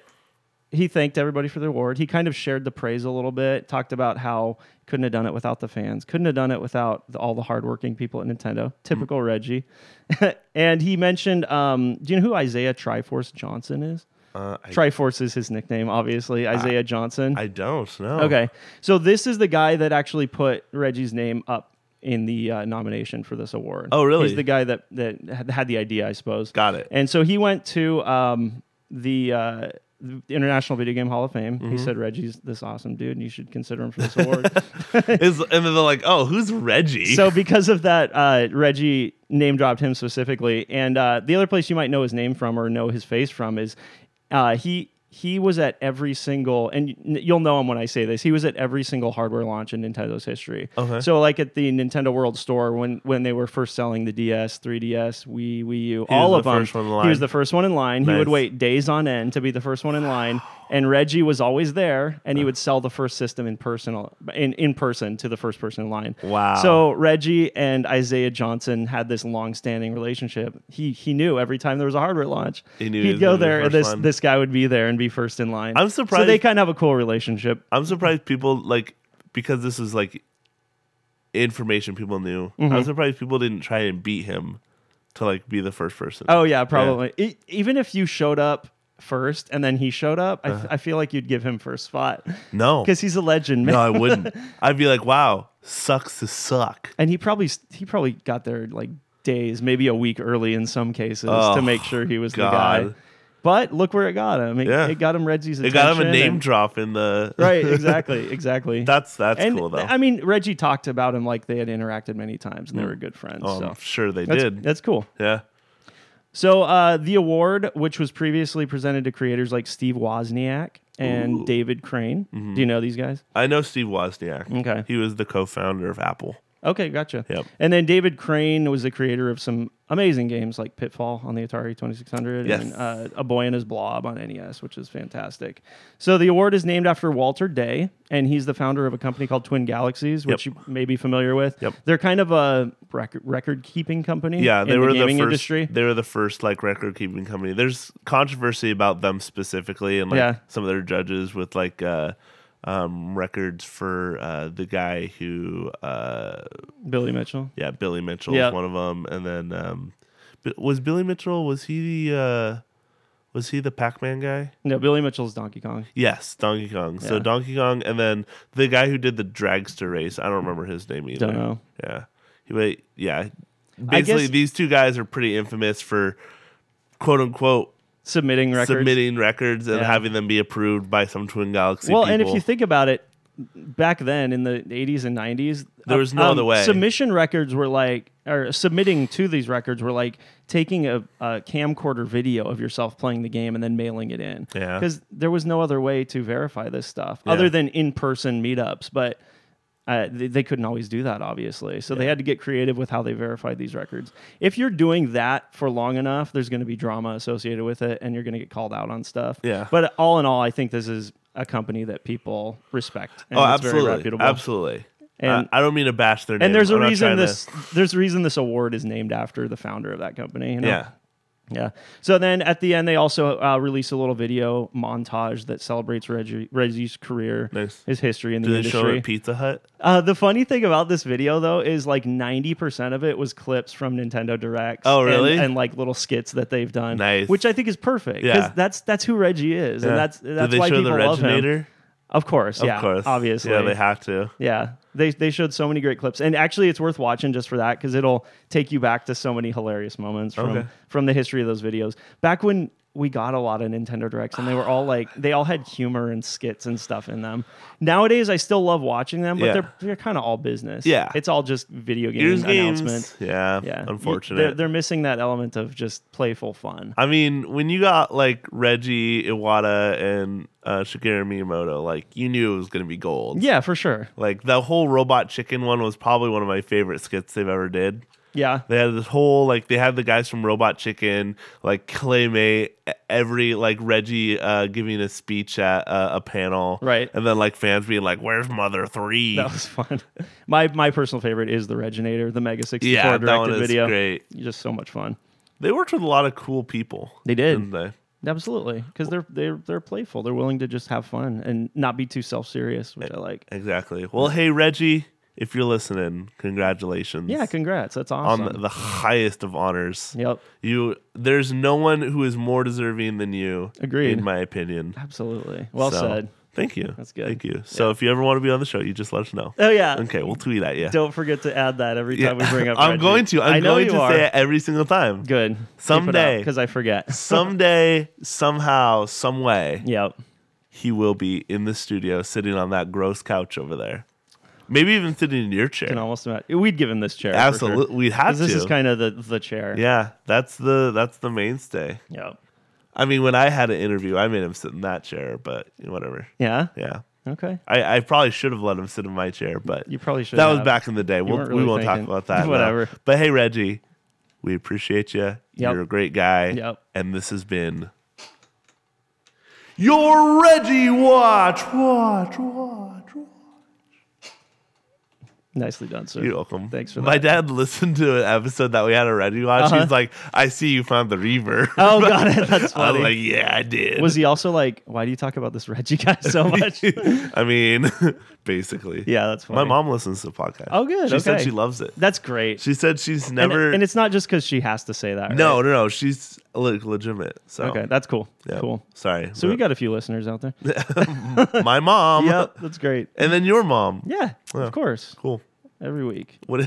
[SPEAKER 4] he thanked everybody for the award. He kind of shared the praise a little bit. Talked about how couldn't have done it without the fans. Couldn't have done it without the, all the hardworking people at Nintendo. Typical Reggie. and he mentioned, um, do you know who Isaiah Triforce Johnson is?
[SPEAKER 3] Uh, I,
[SPEAKER 4] Triforce is his nickname, obviously. Isaiah Johnson.
[SPEAKER 3] I don't know.
[SPEAKER 4] Okay. So this is the guy that actually put Reggie's name up in the uh, nomination for this award.
[SPEAKER 3] Oh, really?
[SPEAKER 4] He's the guy that that had- had the idea, I suppose.
[SPEAKER 3] Got it.
[SPEAKER 4] And so he went to um, the. Uh, the International Video Game Hall of Fame.
[SPEAKER 3] Mm-hmm.
[SPEAKER 4] He said Reggie's this awesome dude, and you should consider him for this award.
[SPEAKER 3] Is and then they're like, oh, who's Reggie?
[SPEAKER 4] so, because of that, uh, Reggie name dropped him specifically. And uh, the other place you might know his name from or know his face from is uh, he he was at every single and y- you'll know him when I say this. He was at every single hardware launch in Nintendo's history.
[SPEAKER 3] Okay.
[SPEAKER 4] So, like at the Nintendo World Store when when they were first selling the DS, 3DS, Wii, Wii U,
[SPEAKER 3] was
[SPEAKER 4] all
[SPEAKER 3] the
[SPEAKER 4] of them.
[SPEAKER 3] first one in
[SPEAKER 4] He
[SPEAKER 3] line.
[SPEAKER 4] was the first one in line. He
[SPEAKER 3] Nice.
[SPEAKER 4] would wait days on end to be the first one in line. And Reggie was always there, and
[SPEAKER 3] Uh.
[SPEAKER 4] he would sell the first system in personal in, in person to the first person in line.
[SPEAKER 3] Wow.
[SPEAKER 4] So Reggie and Isaiah Johnson had this long-standing relationship. He he knew every time there was a hardware launch,
[SPEAKER 3] He knew he
[SPEAKER 4] would
[SPEAKER 3] was
[SPEAKER 4] go
[SPEAKER 3] gonna be
[SPEAKER 4] there, and
[SPEAKER 3] first
[SPEAKER 4] this
[SPEAKER 3] one.
[SPEAKER 4] this guy would be there and be first in line.
[SPEAKER 3] I'm
[SPEAKER 4] So
[SPEAKER 3] surprised-
[SPEAKER 4] they kind of have a cool relationship.
[SPEAKER 3] I'm surprised people like because this is like information people knew.
[SPEAKER 4] Mm-hmm.
[SPEAKER 3] I'm surprised people didn't try and beat him to like be the first person.
[SPEAKER 4] Oh yeah, probably. E- even if you showed up first and then he showed up, I,
[SPEAKER 3] Uh-huh.
[SPEAKER 4] I feel like you'd give him first spot
[SPEAKER 3] no,
[SPEAKER 4] because he's a legend, man.
[SPEAKER 3] Oh. no, I wouldn't. I'd be like, wow, sucks to suck.
[SPEAKER 4] and he probably s- he probably got there like days, maybe a week early in some cases
[SPEAKER 3] Oh,
[SPEAKER 4] to make sure he was the
[SPEAKER 3] God.
[SPEAKER 4] guy. But look where it got him. It,
[SPEAKER 3] Yeah.
[SPEAKER 4] it got him Reggie's
[SPEAKER 3] It
[SPEAKER 4] attention.
[SPEAKER 3] got him a name
[SPEAKER 4] and-
[SPEAKER 3] drop in the
[SPEAKER 4] right, exactly, exactly.
[SPEAKER 3] That's that's
[SPEAKER 4] and
[SPEAKER 3] cool though.
[SPEAKER 4] I mean, Reggie talked about him like they had interacted many times and they were good friends.
[SPEAKER 3] oh,
[SPEAKER 4] so
[SPEAKER 3] I'm sure they
[SPEAKER 4] that's,
[SPEAKER 3] did.
[SPEAKER 4] that's cool.
[SPEAKER 3] yeah.
[SPEAKER 4] So uh, the award, which was previously presented to creators like Steve Wozniak and David Crane.
[SPEAKER 3] Mm-hmm.
[SPEAKER 4] Do you know these guys?
[SPEAKER 3] I know Steve Wozniak.
[SPEAKER 4] Okay.
[SPEAKER 3] He was the co-founder of Apple.
[SPEAKER 4] Okay, gotcha.
[SPEAKER 3] Yep.
[SPEAKER 4] And then David Crane was the creator of some amazing games like Pitfall on the Atari 2600
[SPEAKER 3] Yes.
[SPEAKER 4] and uh, A Boy and His Blob on NES, which is fantastic. So the award is named after Walter Day, and he's the founder of a company called Twin Galaxies, which
[SPEAKER 3] Yep.
[SPEAKER 4] you may be familiar with.
[SPEAKER 3] Yep.
[SPEAKER 4] They're kind of a record record keeping company.
[SPEAKER 3] Yeah, they
[SPEAKER 4] in
[SPEAKER 3] were
[SPEAKER 4] the
[SPEAKER 3] the,
[SPEAKER 4] gaming
[SPEAKER 3] first.
[SPEAKER 4] industry.
[SPEAKER 3] They were the first like record keeping company. There's controversy about them specifically, and like
[SPEAKER 4] Yeah.
[SPEAKER 3] some of their judges with like uh, um, records for uh, the guy who, uh,
[SPEAKER 4] Billy Mitchell.
[SPEAKER 3] yeah, Billy Mitchell
[SPEAKER 4] Yeah.
[SPEAKER 3] was one of them, and then um, B- was Billy Mitchell was he the uh, was he the Pac Man guy?
[SPEAKER 4] No, Billy Mitchell's Donkey Kong.
[SPEAKER 3] Yes, Donkey Kong. So
[SPEAKER 4] Yeah.
[SPEAKER 3] Donkey Kong, and then the guy who did the dragster race. I don't remember his name either.
[SPEAKER 4] Don't know.
[SPEAKER 3] Yeah, he wait. Yeah,
[SPEAKER 4] I
[SPEAKER 3] basically
[SPEAKER 4] guess-
[SPEAKER 3] these two guys are pretty infamous for quote unquote
[SPEAKER 4] submitting records.
[SPEAKER 3] submitting records and
[SPEAKER 4] Yeah.
[SPEAKER 3] having them be approved by some Twin Galaxy.
[SPEAKER 4] well,
[SPEAKER 3] people.
[SPEAKER 4] and if you think about it, back then in the 80s and 90s,
[SPEAKER 3] There was no other way.
[SPEAKER 4] Submission records were like, or submitting to these records were like taking a, a camcorder video of yourself playing the game and then mailing it in.
[SPEAKER 3] Yeah.
[SPEAKER 4] Because there was no other way to verify this stuff
[SPEAKER 3] Yeah.
[SPEAKER 4] other than in person meetups. But uh, they, they couldn't always do that, obviously. So they had to get creative with how they verified these records. If you're doing that for long enough, there's going to be drama associated with it, and you're going to get called out on stuff.
[SPEAKER 3] Yeah.
[SPEAKER 4] But all in all, I think this is a company that people respect. And
[SPEAKER 3] oh,
[SPEAKER 4] it's
[SPEAKER 3] absolutely,
[SPEAKER 4] Very reputable.
[SPEAKER 3] absolutely.
[SPEAKER 4] And-
[SPEAKER 3] And I don't mean to bash their name.
[SPEAKER 4] And there's a
[SPEAKER 3] I'm not
[SPEAKER 4] reason
[SPEAKER 3] trying to-
[SPEAKER 4] this there's a reason this award is named after the founder of that company. You know?
[SPEAKER 3] yeah,
[SPEAKER 4] Yeah. So then at the end, they also uh, release a little video montage that celebrates Reggie, Reggie's career,
[SPEAKER 3] Nice.
[SPEAKER 4] his history in the
[SPEAKER 3] do they
[SPEAKER 4] industry.
[SPEAKER 3] show it at Pizza Hut?
[SPEAKER 4] Uh, the funny thing about this video, though, is like 90% of it was clips from Nintendo Directs.
[SPEAKER 3] Oh,
[SPEAKER 4] and-
[SPEAKER 3] really?
[SPEAKER 4] And, like little skits that they've done.
[SPEAKER 3] Nice.
[SPEAKER 4] Which I think is perfect. 'cause
[SPEAKER 3] Yeah.
[SPEAKER 4] that's that's who Reggie is.
[SPEAKER 3] Yeah.
[SPEAKER 4] And that's
[SPEAKER 3] Did
[SPEAKER 4] that's
[SPEAKER 3] they
[SPEAKER 4] why
[SPEAKER 3] show
[SPEAKER 4] people
[SPEAKER 3] the
[SPEAKER 4] love him.
[SPEAKER 3] Reginator?
[SPEAKER 4] Of course. Yeah.
[SPEAKER 3] of course,
[SPEAKER 4] Obviously.
[SPEAKER 3] Yeah, they have to.
[SPEAKER 4] Yeah. They, they showed so many great clips. And actually, it's worth watching just for that because it'll take you back to so many hilarious moments from,
[SPEAKER 3] Okay.
[SPEAKER 4] from the history of those videos. Back when we got a lot of Nintendo Directs and they were all like, they all had humor and skits and stuff in them. Nowadays, I still love watching them, but
[SPEAKER 3] Yeah.
[SPEAKER 4] they're, they're kind of all business.
[SPEAKER 3] Yeah.
[SPEAKER 4] It's all just video game
[SPEAKER 3] Here's games.
[SPEAKER 4] announcement.
[SPEAKER 3] Yeah,
[SPEAKER 4] Yeah.
[SPEAKER 3] unfortunate.
[SPEAKER 4] They're, they're missing that element of just playful fun.
[SPEAKER 3] I mean, when you got like Reggie Iwata and uh, Shigeru Miyamoto, like you knew it was gonna be gold.
[SPEAKER 4] Yeah, for sure.
[SPEAKER 3] Like the whole robot chicken one was probably one of my favorite skits they've ever did.
[SPEAKER 4] Yeah.
[SPEAKER 3] They had this whole like they had the guys from Robot Chicken, like Claymate, e- every like Reggie uh, giving a speech at uh, a panel,
[SPEAKER 4] Right.
[SPEAKER 3] And then like fans being like, "Where's Mother 3?
[SPEAKER 4] That was fun. My my personal favorite is the Reginator, the Mega 64
[SPEAKER 3] Yeah, that
[SPEAKER 4] directed
[SPEAKER 3] one is
[SPEAKER 4] video.
[SPEAKER 3] great.
[SPEAKER 4] Just so much fun.
[SPEAKER 3] They worked with a lot of cool people.
[SPEAKER 4] They
[SPEAKER 3] didn't
[SPEAKER 4] did.
[SPEAKER 3] they?
[SPEAKER 4] Absolutely, because they're they're they're playful. They're willing to just have fun and not be too self serious, which I like.
[SPEAKER 3] Exactly. Well, hey Reggie, if you're listening, congratulations.
[SPEAKER 4] Yeah, congrats. That's
[SPEAKER 3] on
[SPEAKER 4] awesome.
[SPEAKER 3] the highest of honors.
[SPEAKER 4] yep,
[SPEAKER 3] You, there's no one who is more deserving than you.
[SPEAKER 4] Agreed.
[SPEAKER 3] in my opinion.
[SPEAKER 4] absolutely. Well
[SPEAKER 3] So,
[SPEAKER 4] said.
[SPEAKER 3] Thank you.
[SPEAKER 4] That's good.
[SPEAKER 3] Thank you. So if you ever want to be on the show, you just let us know.
[SPEAKER 4] Oh yeah.
[SPEAKER 3] Okay, we'll tweet at you.
[SPEAKER 4] Don't forget to add that every
[SPEAKER 3] Yeah.
[SPEAKER 4] time we bring up.
[SPEAKER 3] I'm
[SPEAKER 4] Reggie.
[SPEAKER 3] going to.
[SPEAKER 4] I
[SPEAKER 3] I'm
[SPEAKER 4] know
[SPEAKER 3] going
[SPEAKER 4] you
[SPEAKER 3] to
[SPEAKER 4] are.
[SPEAKER 3] say it every single time.
[SPEAKER 4] Good.
[SPEAKER 3] Someday.
[SPEAKER 4] because I forget.
[SPEAKER 3] Someday, somehow, some way,
[SPEAKER 4] Yep.
[SPEAKER 3] he will be in the studio sitting on that gross couch over there. Maybe even sitting in your
[SPEAKER 4] Can
[SPEAKER 3] chair.
[SPEAKER 4] almost imagine. We'd give him this chair.
[SPEAKER 3] Absolutely, we have
[SPEAKER 4] Because
[SPEAKER 3] to.
[SPEAKER 4] this is kind of the the chair.
[SPEAKER 3] yeah, that's the that's the mainstay.
[SPEAKER 4] Yep.
[SPEAKER 3] I mean, when I had an interview, I made him sit in that chair, but whatever.
[SPEAKER 4] Yeah.
[SPEAKER 3] Yeah.
[SPEAKER 4] Okay.
[SPEAKER 3] I, I probably should have let him sit in my chair, but
[SPEAKER 4] You probably should.
[SPEAKER 3] that was
[SPEAKER 4] have.
[SPEAKER 3] back in the day. We'll,
[SPEAKER 4] weren't
[SPEAKER 3] we
[SPEAKER 4] really
[SPEAKER 3] won't
[SPEAKER 4] thinking.
[SPEAKER 3] talk about that. now.
[SPEAKER 4] Whatever.
[SPEAKER 3] But hey, Reggie, we appreciate you. You're a great guy.
[SPEAKER 4] Yep.
[SPEAKER 3] And this has been your Reggie Watch. Watch, watch, watch.
[SPEAKER 4] Nicely done, sir.
[SPEAKER 3] You're welcome.
[SPEAKER 4] Thanks for
[SPEAKER 3] My
[SPEAKER 4] that.
[SPEAKER 3] dad listened to an episode that we had a Reggie Watch.
[SPEAKER 4] Uh-huh.
[SPEAKER 3] He's like, I see you found the Reaver.
[SPEAKER 4] Oh, got it. That's
[SPEAKER 3] I was
[SPEAKER 4] funny.
[SPEAKER 3] like, yeah, I did.
[SPEAKER 4] was he also like, why do you talk about this Reggie guy so much?
[SPEAKER 3] I mean, basically.
[SPEAKER 4] yeah, that's funny.
[SPEAKER 3] My mom listens to the podcast.
[SPEAKER 4] Oh, good.
[SPEAKER 3] She said
[SPEAKER 4] Okay.
[SPEAKER 3] she loves it.
[SPEAKER 4] That's great.
[SPEAKER 3] She said she's
[SPEAKER 4] And-
[SPEAKER 3] never.
[SPEAKER 4] And, it's not just because she has to say that. right?
[SPEAKER 3] no, no, no. She's like legitimate. So
[SPEAKER 4] Okay, that's cool.
[SPEAKER 3] yeah.
[SPEAKER 4] Cool.
[SPEAKER 3] Sorry.
[SPEAKER 4] So we got a few listeners out there.
[SPEAKER 3] my mom.
[SPEAKER 4] yep, that's great.
[SPEAKER 3] And then your mom.
[SPEAKER 4] Yeah, of course.
[SPEAKER 3] Cool.
[SPEAKER 4] Every week.
[SPEAKER 3] What?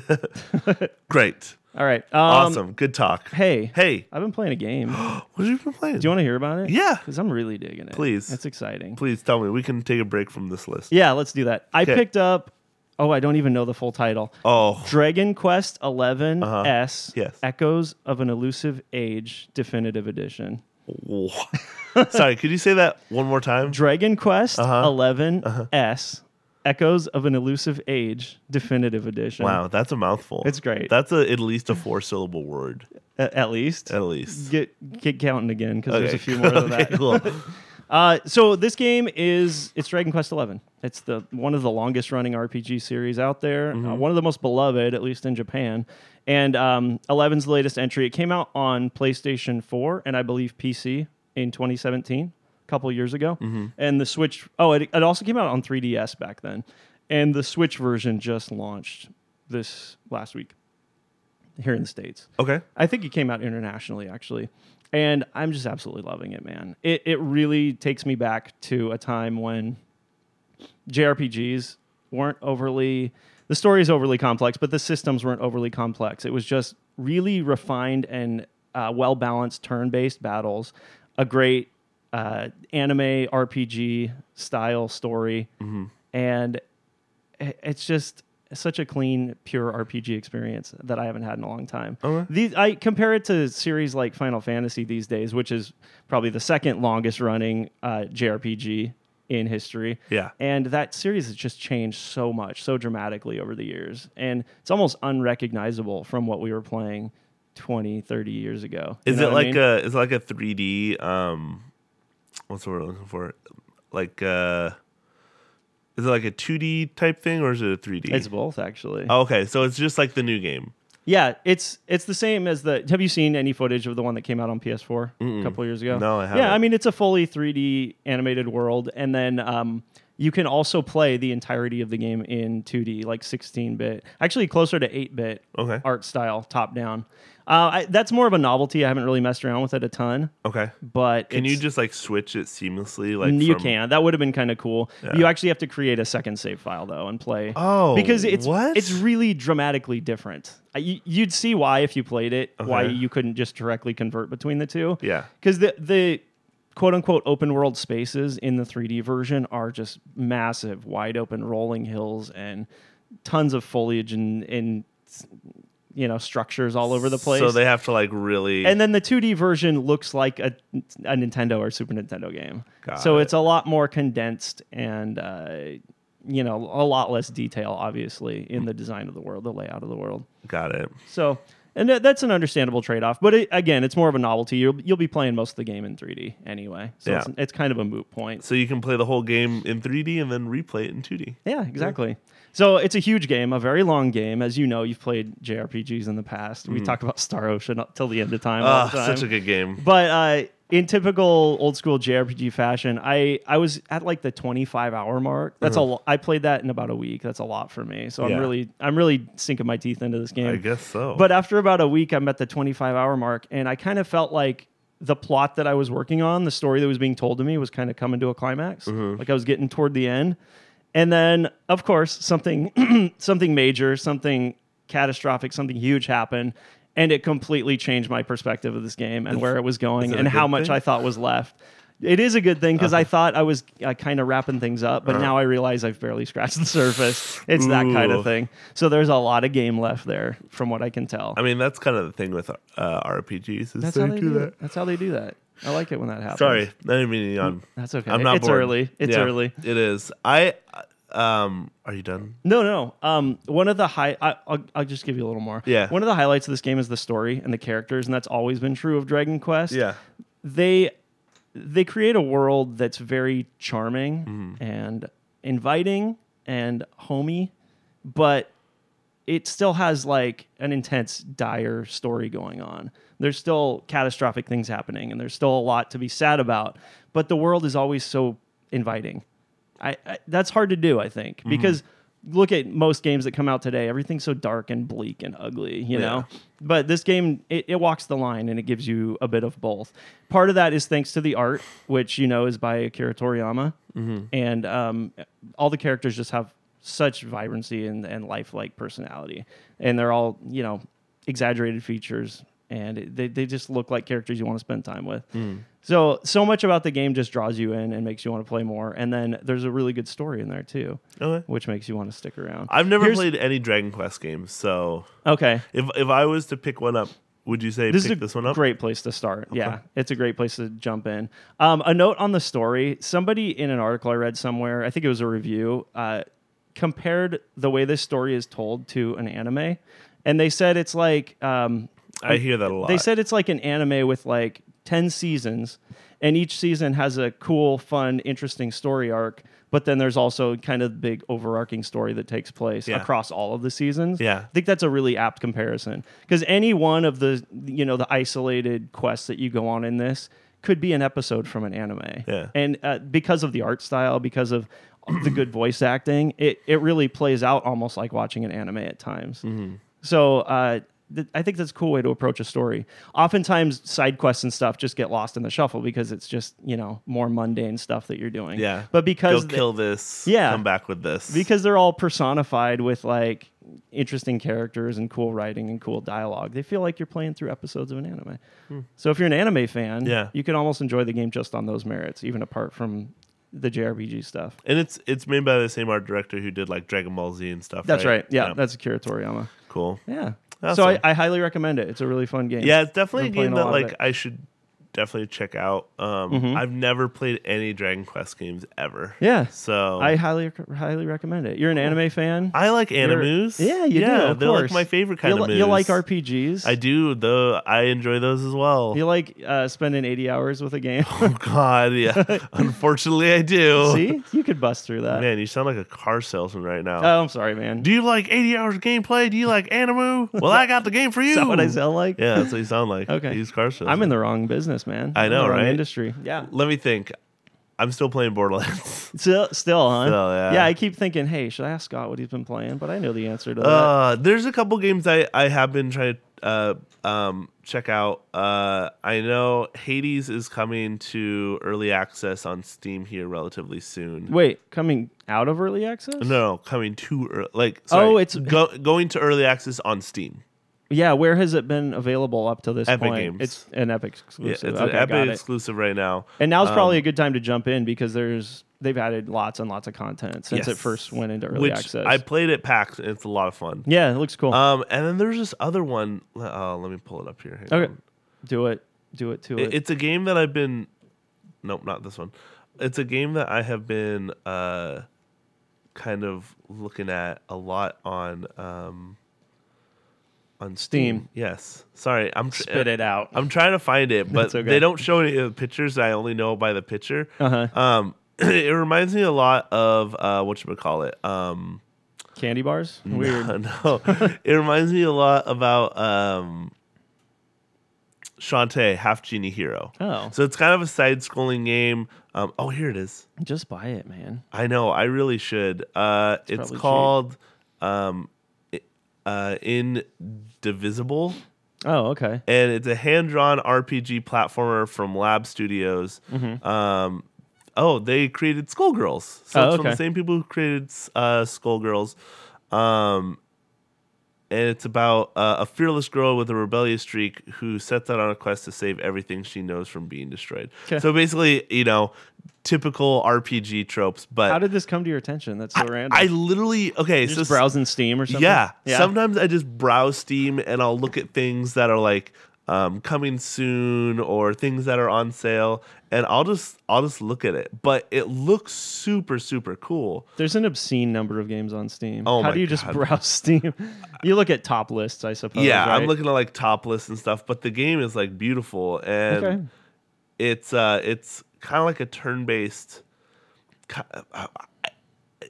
[SPEAKER 3] Great.
[SPEAKER 4] All right. Um,
[SPEAKER 3] Awesome. Good talk.
[SPEAKER 4] Hey,
[SPEAKER 3] Hey,
[SPEAKER 4] I've been playing a game. Do
[SPEAKER 3] what have you been playing?
[SPEAKER 4] you want to hear about it?
[SPEAKER 3] Yeah.
[SPEAKER 4] Because I'm really digging it.
[SPEAKER 3] Please.
[SPEAKER 4] It's exciting.
[SPEAKER 3] Please tell me. We can take a break from this list.
[SPEAKER 4] Yeah, let's do that. I
[SPEAKER 3] 'Kay.
[SPEAKER 4] picked up. Oh, I don't even know the full title.
[SPEAKER 3] Oh,
[SPEAKER 4] Dragon Quest Eleven S
[SPEAKER 3] Uh-huh. Yes.
[SPEAKER 4] Echoes of an Elusive Age Definitive Edition.
[SPEAKER 3] sorry. Could you say that one more time?
[SPEAKER 4] Dragon Quest
[SPEAKER 3] Uh-huh.
[SPEAKER 4] Eleven S Echoes of an Elusive Age Definitive Edition.
[SPEAKER 3] Wow, that's a mouthful.
[SPEAKER 4] It's great.
[SPEAKER 3] That's a, at least a four syllable word.
[SPEAKER 4] A- at least.
[SPEAKER 3] At least.
[SPEAKER 4] Get get counting again because there's
[SPEAKER 3] Okay.
[SPEAKER 4] a few more than
[SPEAKER 3] Okay,
[SPEAKER 4] that.
[SPEAKER 3] cool.
[SPEAKER 4] Uh, so this game is it's Dragon Quest Eleven. It's the one of the longest running RPG series out there. uh, one of the most beloved, at least in Japan. And um, 11's the latest entry. It came out on PlayStation 4 and I believe PC in 2017, a couple years ago. And the Switch. Oh, it, it also came out on 3DS back then. And the Switch version just launched this last week here in the states.
[SPEAKER 3] Okay.
[SPEAKER 4] I think it came out internationally actually. And I'm just absolutely loving it, man. It it really takes me back to a time when JRPGs weren't overly the story is overly complex, but the systems weren't overly complex. It was just really refined and uh, well balanced turn based battles a great uh, anime RPG style story, and i- it's just such a clean, pure RPG experience that I haven't had in a long time.
[SPEAKER 3] Okay.
[SPEAKER 4] These I compare it to series like Final Fantasy these days, which is probably the second longest running uh, JRPG in history.
[SPEAKER 3] Yeah.
[SPEAKER 4] And that series has just changed so much, so dramatically over the years. And it's almost unrecognizable from what we were playing 20, 30 years ago. You
[SPEAKER 3] Is
[SPEAKER 4] know
[SPEAKER 3] it
[SPEAKER 4] what I
[SPEAKER 3] like
[SPEAKER 4] mean?
[SPEAKER 3] a is it like a 3D um what's the word I'm looking for? Like uh is it like a 2D type thing or is it a 3D?
[SPEAKER 4] It's both actually.
[SPEAKER 3] Oh, okay, so it's just like the new game.
[SPEAKER 4] Yeah, it's it's the same as the. Have you seen any footage of the one that came out on PS4 a couple years ago?
[SPEAKER 3] No, I haven't.
[SPEAKER 4] Yeah, I mean it's a fully 3D animated world, and then um, you can also play the entirety of the game in 2D, like 16-bit, actually closer to 8-bit
[SPEAKER 3] Okay.
[SPEAKER 4] art style, top down. Uh, I, that's more of a novelty. I haven't really messed around with it a ton,
[SPEAKER 3] Okay.
[SPEAKER 4] but
[SPEAKER 3] Can you
[SPEAKER 4] it's-
[SPEAKER 3] just like switch it seamlessly like
[SPEAKER 4] you
[SPEAKER 3] from-
[SPEAKER 4] can. That would have been kind of cool. You actually have to create a second save file though and play.
[SPEAKER 3] Oh,
[SPEAKER 4] because it's
[SPEAKER 3] what?
[SPEAKER 4] it's really dramatically different. I- you- You'd see why if you played it, why
[SPEAKER 3] Okay.
[SPEAKER 4] you couldn't just directly convert between the two.
[SPEAKER 3] Yeah.
[SPEAKER 4] because the the quote unquote open world spaces in the 3D version are just massive, wide open, rolling hills and tons of foliage and and you know structures all over the place.
[SPEAKER 3] So they have to like really
[SPEAKER 4] And then the 2D version looks like a, a Nintendo or Super Nintendo game.
[SPEAKER 3] Got
[SPEAKER 4] so
[SPEAKER 3] it.
[SPEAKER 4] it's a lot more condensed and, uh, you know, a lot less detail, obviously, in the design of the world, the layout of the world.
[SPEAKER 3] got it.
[SPEAKER 4] So, and that, that's an understandable trade off. But it, again, it's more of a novelty. You'll, you'll be playing most of the game in 3D anyway. So
[SPEAKER 3] Yeah.
[SPEAKER 4] it's, it's kind of a moot point.
[SPEAKER 3] So you can play the whole game in 3D and then replay it in 2D.
[SPEAKER 4] Yeah, exactly. So it's a huge game, a very long game. As you know, you've played JRPGs in the past. We talk about Star Ocean up till the end of time. all
[SPEAKER 3] Mm. Ah,
[SPEAKER 4] the time.
[SPEAKER 3] such a good game.
[SPEAKER 4] But uh, in typical old school JRPG fashion, I, I was at like the 25 hour mark. That's a lo- I played that in about a week. That's a lot for me. So
[SPEAKER 3] Yeah.
[SPEAKER 4] I'm really I'm really sinking my teeth into this game.
[SPEAKER 3] I guess so.
[SPEAKER 4] But after about a week, I'm at the 25 hour mark, and I kind of felt like the plot that I was working on, the story that was being told to me, was kind of coming to a climax.
[SPEAKER 3] Mm-hmm.
[SPEAKER 4] Like I was getting toward the end, and then of course something something major, something catastrophic, something huge happened, and it completely changed my perspective of this game and where it was going
[SPEAKER 3] it a
[SPEAKER 4] and how
[SPEAKER 3] good
[SPEAKER 4] much
[SPEAKER 3] thing?
[SPEAKER 4] I thought was left. It is a good thing because I thought I was uh, kind of wrapping things up, but now I realize I've barely scratched the surface. It's that kind
[SPEAKER 3] Ooh.
[SPEAKER 4] of thing. So there's a lot of game left there, from what I can tell.
[SPEAKER 3] I mean, that's kind of the thing with uh, RPGs is
[SPEAKER 4] That's
[SPEAKER 3] they
[SPEAKER 4] how they
[SPEAKER 3] do that.
[SPEAKER 4] That's how they do that. I like it when that happens.
[SPEAKER 3] Sorry, I didn't mean to yawn.
[SPEAKER 4] Mm, That's okay.
[SPEAKER 3] I'm not
[SPEAKER 4] It's
[SPEAKER 3] bored.
[SPEAKER 4] early. It's
[SPEAKER 3] Yeah,
[SPEAKER 4] early.
[SPEAKER 3] It is. I um are you done?
[SPEAKER 4] No, no. Um, one of the high, I, I'll, I'll just give you a little more.
[SPEAKER 3] Yeah.
[SPEAKER 4] One of the highlights of this game is the story and the characters, and that's always been true of Dragon Quest. They, they create a world that's very charming
[SPEAKER 3] Mm-hmm.
[SPEAKER 4] and inviting and homey, but it still has like an intense, dire story going on. There's still catastrophic things happening, and there's still a lot to be sad about. But the world is always so inviting. I, I that's hard to do, I think, because look at most games that come out today. Everything's so dark and bleak and ugly, you know. But this game, it, it walks the line and it gives you a bit of both. Part of that is thanks to the art, which you know is by Akira Toriyama, and um, all the characters just have such vibrancy and, and lifelike personality. And they're all, you know, exaggerated features and it, they, they just look like characters you want to spend time with. So, so much about the game just draws you in and makes you want to play more. And then there's a really good story in there too,
[SPEAKER 3] Okay.
[SPEAKER 4] which makes you want to stick around.
[SPEAKER 3] I've never
[SPEAKER 4] Here's-
[SPEAKER 3] played any Dragon Quest games, so
[SPEAKER 4] Okay.
[SPEAKER 3] if if I was to pick one up, would you say
[SPEAKER 4] This
[SPEAKER 3] pick
[SPEAKER 4] is a
[SPEAKER 3] this one up?
[SPEAKER 4] great place to start. Yeah, it's a great place to jump in. Um, a note on the story: somebody in an article I read somewhere, I think it was a review, uh, compared the way this story is told to an anime, and they said it's like um,
[SPEAKER 3] I hear that a lot.
[SPEAKER 4] they said it's like an anime with like 10 seasons, and each season has a cool, fun, interesting story arc. But then there's also kind of big overarching story that takes place
[SPEAKER 3] Yeah.
[SPEAKER 4] across all of the seasons.
[SPEAKER 3] Yeah.
[SPEAKER 4] I think that's a really apt comparison because any one of the you know the isolated quests that you go on in this could be an episode from an anime.
[SPEAKER 3] Yeah.
[SPEAKER 4] And uh, because of the art style, because of the good voice
[SPEAKER 3] Mm-hmm.
[SPEAKER 4] acting, it it really plays out almost like watching an anime at times. So uh, th- I think that's a cool way to approach a story. Oftentimes, side quests and stuff just get lost in the shuffle because it's just you know more mundane stuff that you're doing.
[SPEAKER 3] Yeah.
[SPEAKER 4] but because
[SPEAKER 3] Go
[SPEAKER 4] they-
[SPEAKER 3] kill this.
[SPEAKER 4] Yeah.
[SPEAKER 3] Come back with this.
[SPEAKER 4] because they're all personified with like interesting characters and cool writing and cool dialogue. They feel like you're playing through episodes of an anime. So if you're an anime fan,
[SPEAKER 3] Yeah.
[SPEAKER 4] you can almost enjoy the game just on those merits, even apart from the JRPG stuff.
[SPEAKER 3] and it's it's made by the same art director who did like Dragon Ball Z and stuff.
[SPEAKER 4] That's right. Yeah, that's Akira Toriyama.
[SPEAKER 3] cool.
[SPEAKER 4] Yeah.
[SPEAKER 3] Awesome.
[SPEAKER 4] So I, I highly recommend it. It's a really fun game.
[SPEAKER 3] Yeah, it's definitely a
[SPEAKER 4] Been playing
[SPEAKER 3] game
[SPEAKER 4] a
[SPEAKER 3] that
[SPEAKER 4] lot of
[SPEAKER 3] like
[SPEAKER 4] it. Mm-hmm.
[SPEAKER 3] I should definitely check out. Um, I've never played any Dragon Quest games ever.
[SPEAKER 4] Yeah.
[SPEAKER 3] So
[SPEAKER 4] I highly highly recommend it. You're an anime fan.
[SPEAKER 3] I like
[SPEAKER 4] You're-
[SPEAKER 3] animus.
[SPEAKER 4] Yeah, you do.
[SPEAKER 3] yeah,
[SPEAKER 4] of
[SPEAKER 3] they're like
[SPEAKER 4] course.
[SPEAKER 3] my favorite kind
[SPEAKER 4] you
[SPEAKER 3] of
[SPEAKER 4] li-
[SPEAKER 3] movies.
[SPEAKER 4] You like RPGs.
[SPEAKER 3] I do though. I enjoy those as well.
[SPEAKER 4] You like uh, spending 80 hours with a game.
[SPEAKER 3] Oh God, yeah. Unfortunately, I do.
[SPEAKER 4] See, you could bust through that.
[SPEAKER 3] Man, you sound like a car salesman right now.
[SPEAKER 4] Oh, I'm sorry, man.
[SPEAKER 3] do you like 80 hours of gameplay? Do you like anime? Well, I got the game for you.
[SPEAKER 4] Is that what I sound like?
[SPEAKER 3] Yeah, that's what you sound like.
[SPEAKER 4] Okay.
[SPEAKER 3] He's car salesman.
[SPEAKER 4] I'm in the wrong business, man.
[SPEAKER 3] I
[SPEAKER 4] I'm in
[SPEAKER 3] know,
[SPEAKER 4] the wrong
[SPEAKER 3] right?
[SPEAKER 4] Industry. Yeah.
[SPEAKER 3] Let me think. I'm still playing Borderlands.
[SPEAKER 4] Still, still, huh?
[SPEAKER 3] Still, yeah.
[SPEAKER 4] I keep thinking, hey, should I ask Scott what he's been playing? But I know the answer to that.
[SPEAKER 3] Uh, there's a couple games I, I have been trying to uh, um, check out. Uh, I know Hades is coming to early access on Steam here relatively soon.
[SPEAKER 4] Wait, coming out of early access?
[SPEAKER 3] No, coming to early, like
[SPEAKER 4] Oh,
[SPEAKER 3] sorry,
[SPEAKER 4] it's-
[SPEAKER 3] go, going to early access on Steam.
[SPEAKER 4] Yeah, where has it been available up to this
[SPEAKER 3] Epic
[SPEAKER 4] point?
[SPEAKER 3] Games.
[SPEAKER 4] It's an Epic
[SPEAKER 3] Yeah, it's
[SPEAKER 4] exclusive.
[SPEAKER 3] an
[SPEAKER 4] okay, got
[SPEAKER 3] Epic
[SPEAKER 4] it.
[SPEAKER 3] exclusive right now.
[SPEAKER 4] And now's
[SPEAKER 3] Um,
[SPEAKER 4] probably a good time to jump in because there's they've added lots and lots of content since it
[SPEAKER 3] Yes.
[SPEAKER 4] first went into early
[SPEAKER 3] which
[SPEAKER 4] access.
[SPEAKER 3] I played at PAX. And it's a lot of fun.
[SPEAKER 4] yeah, it looks cool.
[SPEAKER 3] Um, and then there's this other one. Uh, let me pull it up here. Hang
[SPEAKER 4] okay,
[SPEAKER 3] on.
[SPEAKER 4] do it, do it to
[SPEAKER 3] It-
[SPEAKER 4] it.
[SPEAKER 3] it's a game that I've been. Nope, not this one. It's a game that I have been uh, kind of looking at a lot on um, on Steam.
[SPEAKER 4] Steam.
[SPEAKER 3] Yes. Sorry, I'm tr-
[SPEAKER 4] Spit it out.
[SPEAKER 3] I'm trying to find it, but
[SPEAKER 4] That's okay.
[SPEAKER 3] they don't show any of the pictures. I only know by the picture.
[SPEAKER 4] Uh-huh.
[SPEAKER 3] Um, it reminds me a lot of uh, what you would call it. Um,
[SPEAKER 4] Candy bars? Weird.
[SPEAKER 3] no, it reminds me a lot about um, Shantae, Half Genie Hero.
[SPEAKER 4] Oh.
[SPEAKER 3] so it's kind of a side-scrolling game. Um, oh, here it is.
[SPEAKER 4] Just buy it, man.
[SPEAKER 3] I know. I really should. Uh, it's
[SPEAKER 4] probably cheap.
[SPEAKER 3] called um, i- uh, Indivisible.
[SPEAKER 4] Oh, okay.
[SPEAKER 3] and it's a hand-drawn RPG platformer from Lab Studios.
[SPEAKER 4] Mm-hmm.
[SPEAKER 3] Um, oh, they created Skullgirls, so
[SPEAKER 4] Oh,
[SPEAKER 3] it's from the
[SPEAKER 4] okay.
[SPEAKER 3] same people who created uh, Skullgirls. Um, and it's about uh, a fearless girl with a rebellious streak who sets out on a quest to save everything she knows from being destroyed.
[SPEAKER 4] 'Kay.
[SPEAKER 3] So basically, you know, typical RPG tropes. But
[SPEAKER 4] How did this come to your attention? That's so random.
[SPEAKER 3] I literally okay?
[SPEAKER 4] You're
[SPEAKER 3] so
[SPEAKER 4] just browsing Steam or something.
[SPEAKER 3] yeah. Sometimes I just browse Steam and I'll look at things that are like um, coming soon or things that are on sale, and I'll just I'll just look at it. But it looks super super cool.
[SPEAKER 4] There's an obscene number of games on Steam.
[SPEAKER 3] Oh
[SPEAKER 4] How
[SPEAKER 3] my
[SPEAKER 4] do you just
[SPEAKER 3] God.
[SPEAKER 4] browse Steam? you look at top lists, I suppose.
[SPEAKER 3] yeah, I'm
[SPEAKER 4] right?
[SPEAKER 3] looking at like top lists and stuff, but the game is like beautiful and
[SPEAKER 4] Okay.
[SPEAKER 3] it's uh it's kind of like a turn based.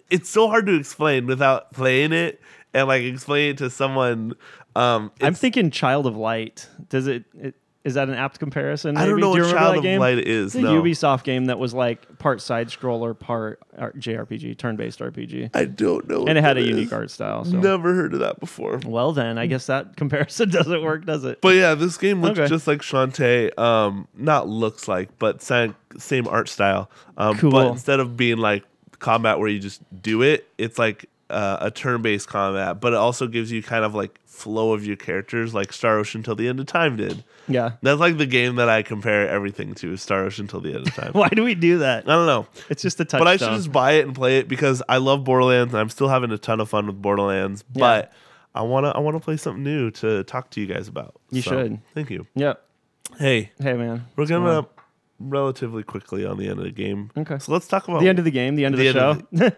[SPEAKER 3] It's so hard to explain without playing it and like explain it to someone. Um,
[SPEAKER 4] I'm
[SPEAKER 3] it's-
[SPEAKER 4] thinking Child of Light. Does it, it is that an apt comparison?
[SPEAKER 3] I
[SPEAKER 4] Maybe?
[SPEAKER 3] don't know
[SPEAKER 4] do you
[SPEAKER 3] what
[SPEAKER 4] remember
[SPEAKER 3] Child
[SPEAKER 4] that
[SPEAKER 3] of
[SPEAKER 4] game?
[SPEAKER 3] Light is,
[SPEAKER 4] It's a
[SPEAKER 3] no.
[SPEAKER 4] Ubisoft game that was like part side scroller, part R- JRPG, turn based RPG,
[SPEAKER 3] I don't know. what
[SPEAKER 4] and it had
[SPEAKER 3] that
[SPEAKER 4] a
[SPEAKER 3] is.
[SPEAKER 4] unique art style. So.
[SPEAKER 3] Never heard of that before.
[SPEAKER 4] Well, then I guess that comparison doesn't work, does it?
[SPEAKER 3] But yeah, this game looks
[SPEAKER 4] Okay.
[SPEAKER 3] just like Shantae. Um, not looks like, but same, same art style. Um, But
[SPEAKER 4] Cool.
[SPEAKER 3] instead of being like combat where you just do it, it's like uh, a turn-based combat. But it also gives you kind of like flow of your characters, like Star Ocean till the end of time did.
[SPEAKER 4] yeah.
[SPEAKER 3] That's like the game that I compare everything to, is Star Ocean till the end of time.
[SPEAKER 4] Why do we do that?
[SPEAKER 3] I don't know.
[SPEAKER 4] It's just a touchstone.
[SPEAKER 3] but I should just buy it and play it because I love Borderlands and I'm still having a ton of fun with Borderlands. But I wanna I wanna play something new to talk to you guys about.
[SPEAKER 4] You should.
[SPEAKER 3] Thank you.
[SPEAKER 4] Yep.
[SPEAKER 3] Hey,
[SPEAKER 4] Hey, man.
[SPEAKER 3] we're
[SPEAKER 4] It's fun.
[SPEAKER 3] coming up relatively quickly on the end of the game.
[SPEAKER 4] Okay.
[SPEAKER 3] So let's talk about
[SPEAKER 4] the end of the game, the end of the, show.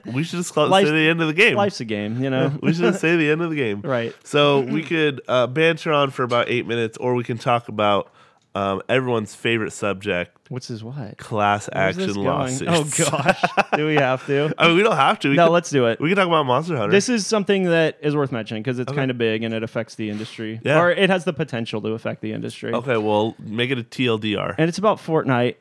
[SPEAKER 3] we should just call, say
[SPEAKER 4] Life's-
[SPEAKER 3] the end of the game.
[SPEAKER 4] Life's a game, you know.
[SPEAKER 3] we should just say the end of the game.
[SPEAKER 4] Right.
[SPEAKER 3] So we could uh, banter on for about eight minutes, or we can talk about um, everyone's favorite subject:
[SPEAKER 4] What's his what?
[SPEAKER 3] class
[SPEAKER 4] Where's this
[SPEAKER 3] action
[SPEAKER 4] going?
[SPEAKER 3] lawsuits.
[SPEAKER 4] Oh gosh, do we have to?
[SPEAKER 3] I mean, we don't have to. We
[SPEAKER 4] no,
[SPEAKER 3] could-
[SPEAKER 4] let's do it.
[SPEAKER 3] We can talk about Monster Hunter.
[SPEAKER 4] This is something that is worth mentioning because it's kind of big and it affects the industry,
[SPEAKER 3] Yeah.
[SPEAKER 4] or it has the potential to affect the industry.
[SPEAKER 3] okay, well, make it a TLDR.
[SPEAKER 4] And it's about Fortnite,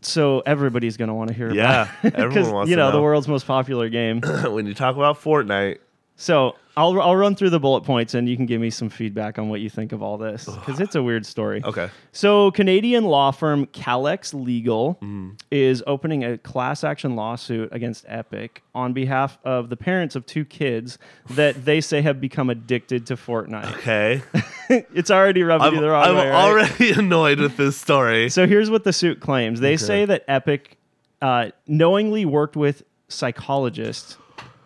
[SPEAKER 4] so everybody's going to want to hear
[SPEAKER 3] yeah,
[SPEAKER 4] about it.
[SPEAKER 3] everyone wants
[SPEAKER 4] you
[SPEAKER 3] to
[SPEAKER 4] know,
[SPEAKER 3] know
[SPEAKER 4] the world's most popular game.
[SPEAKER 3] when you talk about Fortnite.
[SPEAKER 4] So I'll I'll run through the bullet points and you can give me some feedback on what you think of all this because it's a weird story.
[SPEAKER 3] Okay.
[SPEAKER 4] So Canadian law firm Calex Legal
[SPEAKER 3] Mm.
[SPEAKER 4] is opening a class action lawsuit against Epic on behalf of the parents of two kids that they say have become addicted to Fortnite.
[SPEAKER 3] Okay.
[SPEAKER 4] it's already rubbing
[SPEAKER 3] I'm,
[SPEAKER 4] you the wrong
[SPEAKER 3] I'm
[SPEAKER 4] way. right?
[SPEAKER 3] already annoyed with this story.
[SPEAKER 4] So here's what the suit claims. They say that Epic uh, knowingly worked with psychologists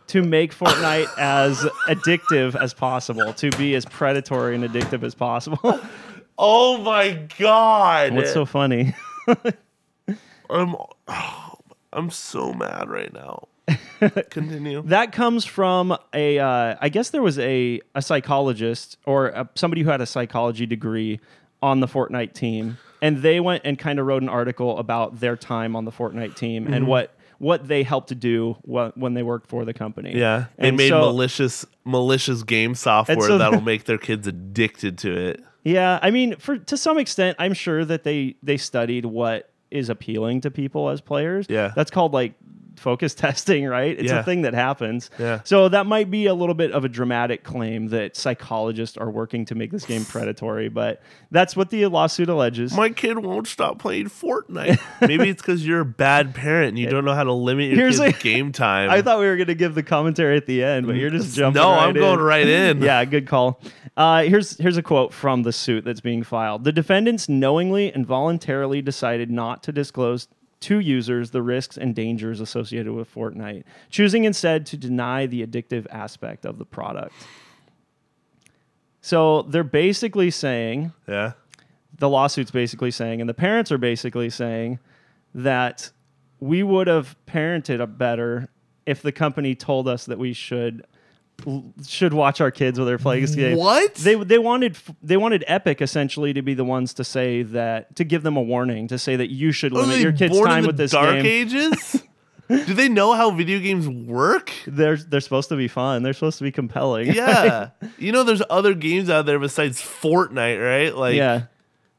[SPEAKER 4] to make Fortnite as addictive as possible, to be as predatory and addictive as possible.
[SPEAKER 3] Oh my god.
[SPEAKER 4] What's so funny?
[SPEAKER 3] I'm oh, I'm so mad right now. Continue.
[SPEAKER 4] That comes from a, uh, I guess there was a, a psychologist or a, somebody who had a psychology degree on the Fortnite team. And they went and kind of wrote an article about their time on the Fortnite team
[SPEAKER 3] Mm-hmm.
[SPEAKER 4] and what, what they helped to do wh- when they worked for the company.
[SPEAKER 3] Yeah, they
[SPEAKER 4] And
[SPEAKER 3] made
[SPEAKER 4] so-
[SPEAKER 3] malicious malicious game software
[SPEAKER 4] so-
[SPEAKER 3] that'll make their kids addicted to it.
[SPEAKER 4] Yeah, I mean, for to some extent, I'm sure that they they studied what is appealing to people as players.
[SPEAKER 3] Yeah.
[SPEAKER 4] that's called like focus testing, right? It's
[SPEAKER 3] Yeah.
[SPEAKER 4] a thing that happens.
[SPEAKER 3] Yeah.
[SPEAKER 4] So that might be a little bit of a dramatic claim that psychologists are working to make this game predatory, but that's what the lawsuit alleges.
[SPEAKER 3] My kid won't stop playing Fortnite. Maybe it's because you're a bad parent and you don't know how to limit your
[SPEAKER 4] Here's
[SPEAKER 3] kids'
[SPEAKER 4] a-
[SPEAKER 3] game time.
[SPEAKER 4] I thought we were going to give the commentary at the end, but you're just jumping.
[SPEAKER 3] Mm. no,
[SPEAKER 4] right
[SPEAKER 3] I'm going
[SPEAKER 4] in.
[SPEAKER 3] right in.
[SPEAKER 4] yeah, good call. Uh, here's here's a quote from the suit that's being filed. The defendants knowingly and voluntarily decided not to disclose to users the risks and dangers associated with Fortnite, choosing instead to deny the addictive aspect of the product. So they're basically saying
[SPEAKER 3] yeah.
[SPEAKER 4] the lawsuit's basically saying, and the parents are basically saying that we would have parented a better if the company told us that we should should watch our kids while they're playing this game.
[SPEAKER 3] What?
[SPEAKER 4] they they wanted they wanted Epic essentially to be the ones to say that to give them a warning to say that you should
[SPEAKER 3] Are
[SPEAKER 4] limit
[SPEAKER 3] they
[SPEAKER 4] your kids'
[SPEAKER 3] born in
[SPEAKER 4] time
[SPEAKER 3] the
[SPEAKER 4] with this
[SPEAKER 3] Dark
[SPEAKER 4] game.
[SPEAKER 3] Ages? Do they know how video games work?
[SPEAKER 4] They're they're supposed to be fun. They're supposed to be compelling.
[SPEAKER 3] Yeah. you know, there's other games out there besides Fortnite, right? Like,
[SPEAKER 4] yeah.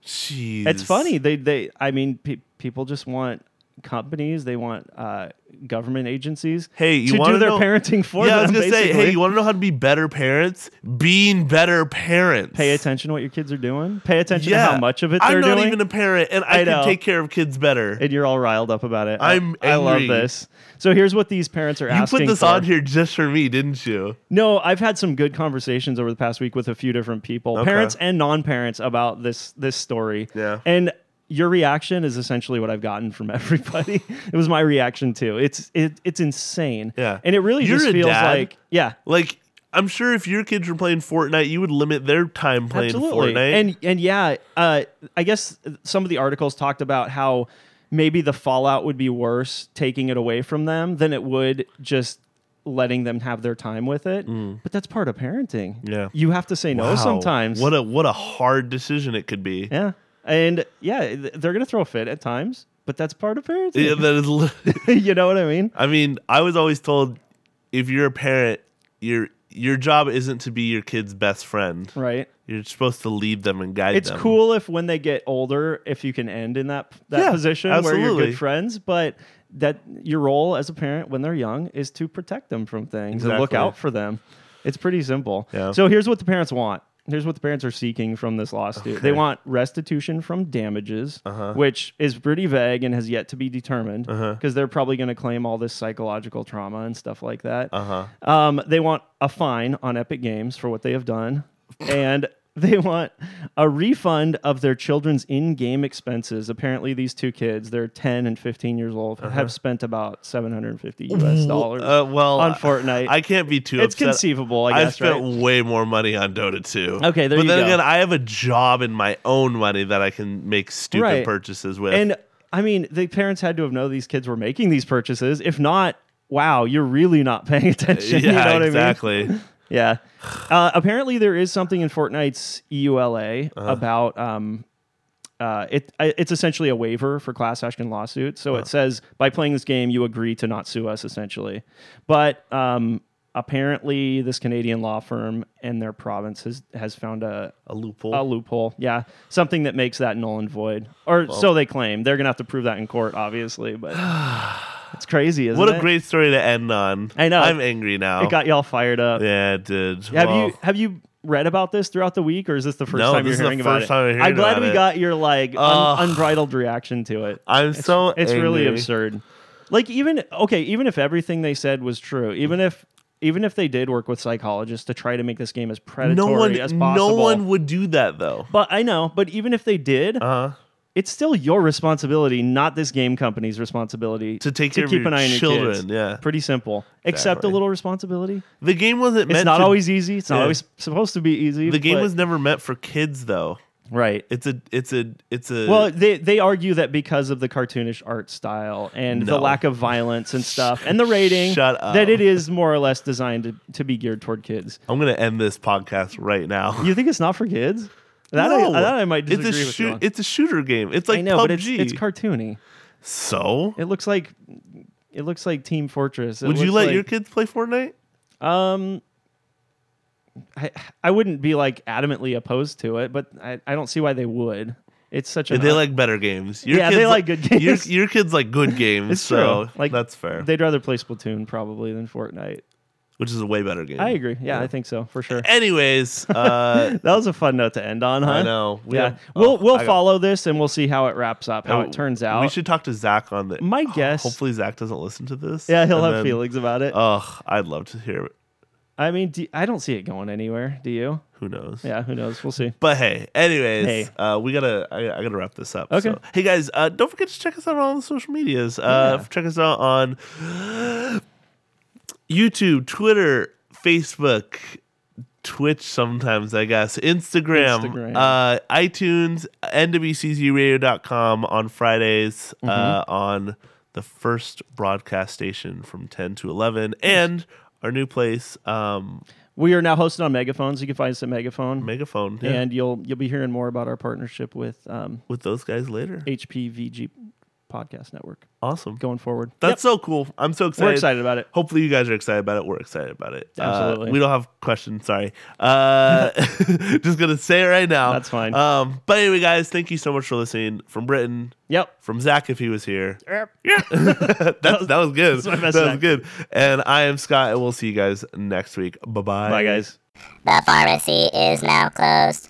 [SPEAKER 3] jeez.
[SPEAKER 4] It's funny. They they. I mean, pe- people just want companies. They want uh, government agencies.
[SPEAKER 3] Hey, you
[SPEAKER 4] to
[SPEAKER 3] wanna
[SPEAKER 4] do their
[SPEAKER 3] know-
[SPEAKER 4] parenting for
[SPEAKER 3] yeah,
[SPEAKER 4] them.
[SPEAKER 3] I was gonna
[SPEAKER 4] basically.
[SPEAKER 3] say, hey, you want to know how to be better parents? Being better parents.
[SPEAKER 4] pay attention to what your kids are doing. Pay attention to how much of it
[SPEAKER 3] I'm
[SPEAKER 4] they're
[SPEAKER 3] not
[SPEAKER 4] doing.
[SPEAKER 3] even a parent, and I,
[SPEAKER 4] I
[SPEAKER 3] can
[SPEAKER 4] know.
[SPEAKER 3] take care of kids better.
[SPEAKER 4] and you're all riled up about it. I-
[SPEAKER 3] I'm
[SPEAKER 4] I, love
[SPEAKER 3] angry.
[SPEAKER 4] this. So here's what these parents are
[SPEAKER 3] you
[SPEAKER 4] asking.
[SPEAKER 3] put this
[SPEAKER 4] for.
[SPEAKER 3] on here just for me, didn't you?
[SPEAKER 4] No, I've had some good conversations over the past week with a few different people,
[SPEAKER 3] Okay.
[SPEAKER 4] parents and non-parents, about this this story.
[SPEAKER 3] Yeah.
[SPEAKER 4] And your reaction is essentially what I've gotten from everybody. it was my reaction too. It's it, it's insane.
[SPEAKER 3] Yeah.
[SPEAKER 4] And it really
[SPEAKER 3] You're
[SPEAKER 4] just
[SPEAKER 3] a
[SPEAKER 4] feels
[SPEAKER 3] dad.
[SPEAKER 4] like yeah.
[SPEAKER 3] Like, I'm sure if your kids were playing Fortnite, you would limit their time playing
[SPEAKER 4] Absolutely.
[SPEAKER 3] Fortnite.
[SPEAKER 4] And and yeah, uh, I guess some of the articles talked about how maybe the fallout would be worse taking it away from them than it would just letting them have their time with it. But that's part of parenting.
[SPEAKER 3] Mm. Yeah.
[SPEAKER 4] You have to say no
[SPEAKER 3] Wow.
[SPEAKER 4] sometimes.
[SPEAKER 3] What a what a hard decision it could be.
[SPEAKER 4] yeah. And yeah, th- they're going to throw a fit at times, but that's part of
[SPEAKER 3] Yeah,
[SPEAKER 4] parenting.
[SPEAKER 3] that is. li-
[SPEAKER 4] you know what I mean?
[SPEAKER 3] I mean, I was always told if you're a parent, your your job isn't to be your kid's best friend.
[SPEAKER 4] Right.
[SPEAKER 3] You're supposed to lead them and guide
[SPEAKER 4] It's
[SPEAKER 3] them.
[SPEAKER 4] cool if when they get older, if you can end in that that
[SPEAKER 3] Yeah,
[SPEAKER 4] position where you're
[SPEAKER 3] absolutely.
[SPEAKER 4] good friends, but that your role as a parent when they're young is to protect them from things and look
[SPEAKER 3] Exactly.
[SPEAKER 4] out for them. It's pretty simple.
[SPEAKER 3] Yeah.
[SPEAKER 4] So here's what the parents want. Here's what the parents are seeking from this lawsuit. They want restitution from damages,
[SPEAKER 3] Uh-huh.
[SPEAKER 4] which is pretty vague and has yet to be determined because they're probably going to claim all this psychological trauma and stuff like that.
[SPEAKER 3] Uh-huh.
[SPEAKER 4] Um, they want a fine on Epic Games for what they have done, and they want a refund of their children's in-game expenses. Apparently, these two kids, they're 10 and 15 years old, have spent about 750 US dollars
[SPEAKER 3] Uh-huh. Uh, well,
[SPEAKER 4] on Fortnite.
[SPEAKER 3] I can't be too.
[SPEAKER 4] It's
[SPEAKER 3] upset.
[SPEAKER 4] conceivable, I guess,
[SPEAKER 3] spent way more money on Dota 2.
[SPEAKER 4] Okay, there
[SPEAKER 3] but
[SPEAKER 4] you
[SPEAKER 3] then
[SPEAKER 4] go.
[SPEAKER 3] again, I have a job and my own money that I can make stupid
[SPEAKER 4] Right.
[SPEAKER 3] purchases with.
[SPEAKER 4] and I mean, the parents had to have known these kids were making these purchases. If not, wow, you're really not paying attention.
[SPEAKER 3] yeah,
[SPEAKER 4] you know what I mean?
[SPEAKER 3] exactly.
[SPEAKER 4] Yeah. Uh, apparently, there is something in Fortnite's E EULA
[SPEAKER 3] Uh-huh.
[SPEAKER 4] about um, uh, it. I- It's essentially a waiver for class action lawsuits.
[SPEAKER 3] Uh-huh.
[SPEAKER 4] So it says by playing this game, you agree to not sue us, essentially. But um, apparently, this Canadian law firm and their province has has found a
[SPEAKER 3] A loophole.
[SPEAKER 4] a loophole. Yeah, something that makes that null and void, or so they claim. They're gonna have to prove that in court, obviously. But It's crazy, isn't
[SPEAKER 3] what
[SPEAKER 4] it?
[SPEAKER 3] a great story to end on.
[SPEAKER 4] I know.
[SPEAKER 3] I'm angry now.
[SPEAKER 4] It got y'all fired up.
[SPEAKER 3] yeah, it did.
[SPEAKER 4] Have
[SPEAKER 3] Well,
[SPEAKER 4] you have you read about this throughout the week, or is this the first
[SPEAKER 3] No,
[SPEAKER 4] time
[SPEAKER 3] this
[SPEAKER 4] you're
[SPEAKER 3] is the
[SPEAKER 4] hearing about
[SPEAKER 3] first
[SPEAKER 4] it?
[SPEAKER 3] time I'm hearing
[SPEAKER 4] I'm glad
[SPEAKER 3] about
[SPEAKER 4] we
[SPEAKER 3] it.
[SPEAKER 4] got your like un-
[SPEAKER 3] Ugh.
[SPEAKER 4] unbridled reaction to it.
[SPEAKER 3] I'm so.
[SPEAKER 4] It's really
[SPEAKER 3] angry.
[SPEAKER 4] absurd. Like even okay, even if everything they said was true, even if even if they did work with psychologists to try to make this game as
[SPEAKER 3] No
[SPEAKER 4] predatory
[SPEAKER 3] one,
[SPEAKER 4] as
[SPEAKER 3] no
[SPEAKER 4] possible,
[SPEAKER 3] one would do that though.
[SPEAKER 4] But I know. But even if they did,
[SPEAKER 3] Uh huh.
[SPEAKER 4] it's still your responsibility, not this game company's responsibility
[SPEAKER 3] To take care of
[SPEAKER 4] keep
[SPEAKER 3] your
[SPEAKER 4] an eye on your
[SPEAKER 3] children,
[SPEAKER 4] kids.
[SPEAKER 3] yeah.
[SPEAKER 4] pretty simple. Except a
[SPEAKER 3] Exactly.
[SPEAKER 4] little responsibility.
[SPEAKER 3] The game wasn't
[SPEAKER 4] It's
[SPEAKER 3] meant.
[SPEAKER 4] not
[SPEAKER 3] to-
[SPEAKER 4] always easy. It's not
[SPEAKER 3] Yeah.
[SPEAKER 4] always supposed to be easy.
[SPEAKER 3] The game
[SPEAKER 4] but-
[SPEAKER 3] was never meant for kids though.
[SPEAKER 4] right.
[SPEAKER 3] It's a. It's a. It's a.
[SPEAKER 4] Well, they they argue that because of the cartoonish art style and the
[SPEAKER 3] No.
[SPEAKER 4] lack of violence and stuff and the rating,
[SPEAKER 3] Shut up.
[SPEAKER 4] that it is more or less designed to, to be geared toward kids.
[SPEAKER 3] I'm gonna end this podcast right now.
[SPEAKER 4] You think it's not for kids? That,
[SPEAKER 3] No.
[SPEAKER 4] I, that I might disagree
[SPEAKER 3] it's a
[SPEAKER 4] with you. on.
[SPEAKER 3] It's a shooter game. It's like
[SPEAKER 4] I know,
[SPEAKER 3] PUBG.
[SPEAKER 4] but it's, it's cartoony.
[SPEAKER 3] so,
[SPEAKER 4] It looks like it looks like Team Fortress. It
[SPEAKER 3] would you
[SPEAKER 4] looks
[SPEAKER 3] let
[SPEAKER 4] like-
[SPEAKER 3] your kids play Fortnite?
[SPEAKER 4] Um, I I wouldn't be like adamantly opposed to it, but I, I don't see why they would. It's such a
[SPEAKER 3] they like better games. Your
[SPEAKER 4] Yeah, they
[SPEAKER 3] kids li-
[SPEAKER 4] like good
[SPEAKER 3] Your,
[SPEAKER 4] games.
[SPEAKER 3] your kids like good games.
[SPEAKER 4] It's
[SPEAKER 3] so
[SPEAKER 4] true. Like,
[SPEAKER 3] that's fair.
[SPEAKER 4] They'd rather play Splatoon probably than Fortnite.
[SPEAKER 3] which is a way better game.
[SPEAKER 4] I agree. Yeah, I think so for sure.
[SPEAKER 3] Anyways, uh,
[SPEAKER 4] That was a fun note to end on, huh?
[SPEAKER 3] I know. We
[SPEAKER 4] yeah,
[SPEAKER 3] have-
[SPEAKER 4] we'll
[SPEAKER 3] oh,
[SPEAKER 4] we'll
[SPEAKER 3] I got-
[SPEAKER 4] follow this and we'll see how it wraps up, how
[SPEAKER 3] uh,
[SPEAKER 4] it turns
[SPEAKER 3] we
[SPEAKER 4] out.
[SPEAKER 3] should talk to Zach on the.
[SPEAKER 4] My guess-
[SPEAKER 3] Hopefully, Zach doesn't listen to this.
[SPEAKER 4] yeah, he'll
[SPEAKER 3] and
[SPEAKER 4] have
[SPEAKER 3] then-
[SPEAKER 4] feelings about it.
[SPEAKER 3] Ugh, I'd love to hear. it.
[SPEAKER 4] I mean, do, I don't see it going anywhere. Do you?
[SPEAKER 3] Who knows?
[SPEAKER 4] Yeah, who knows? We'll see.
[SPEAKER 3] But hey, anyways,
[SPEAKER 4] Hey.
[SPEAKER 3] Uh, we gotta I, I gotta wrap this up.
[SPEAKER 4] Okay.
[SPEAKER 3] So, hey guys, uh, don't forget to check us out on all the social medias. Uh,
[SPEAKER 4] Yeah.
[SPEAKER 3] Check us out on YouTube, Twitter, Facebook. Twitch sometimes, I guess. Instagram,
[SPEAKER 4] Instagram.
[SPEAKER 3] Uh, iTunes, nwczradio.com on Fridays uh,
[SPEAKER 4] Mm-hmm.
[SPEAKER 3] on the first broadcast station from 10 to 11 and our new place, um,
[SPEAKER 4] We are now hosted on Megaphones. You can find us at Megaphone,
[SPEAKER 3] Megaphone. Yeah.
[SPEAKER 4] and you'll you'll be hearing more about our partnership with um,
[SPEAKER 3] with those guys later.
[SPEAKER 4] HPVG Podcast Network
[SPEAKER 3] Awesome.
[SPEAKER 4] going forward.
[SPEAKER 3] That's
[SPEAKER 4] Yep.
[SPEAKER 3] so cool. I'm so excited.
[SPEAKER 4] we're excited about it.
[SPEAKER 3] Hopefully, you guys are excited about it. We're excited about it. Uh,
[SPEAKER 4] Absolutely.
[SPEAKER 3] we don't have questions. Sorry. Uh, just gonna say it right now.
[SPEAKER 4] That's fine.
[SPEAKER 3] Um, but anyway, guys, thank you so much for listening from Britain.
[SPEAKER 4] Yep.
[SPEAKER 3] From Zach, if he was here. that, that was good.
[SPEAKER 4] my
[SPEAKER 3] That was
[SPEAKER 4] best Zach.
[SPEAKER 3] good. And I am Scott, and we'll see you guys next week. Bye bye.
[SPEAKER 4] Bye, guys.
[SPEAKER 2] The pharmacy is now closed.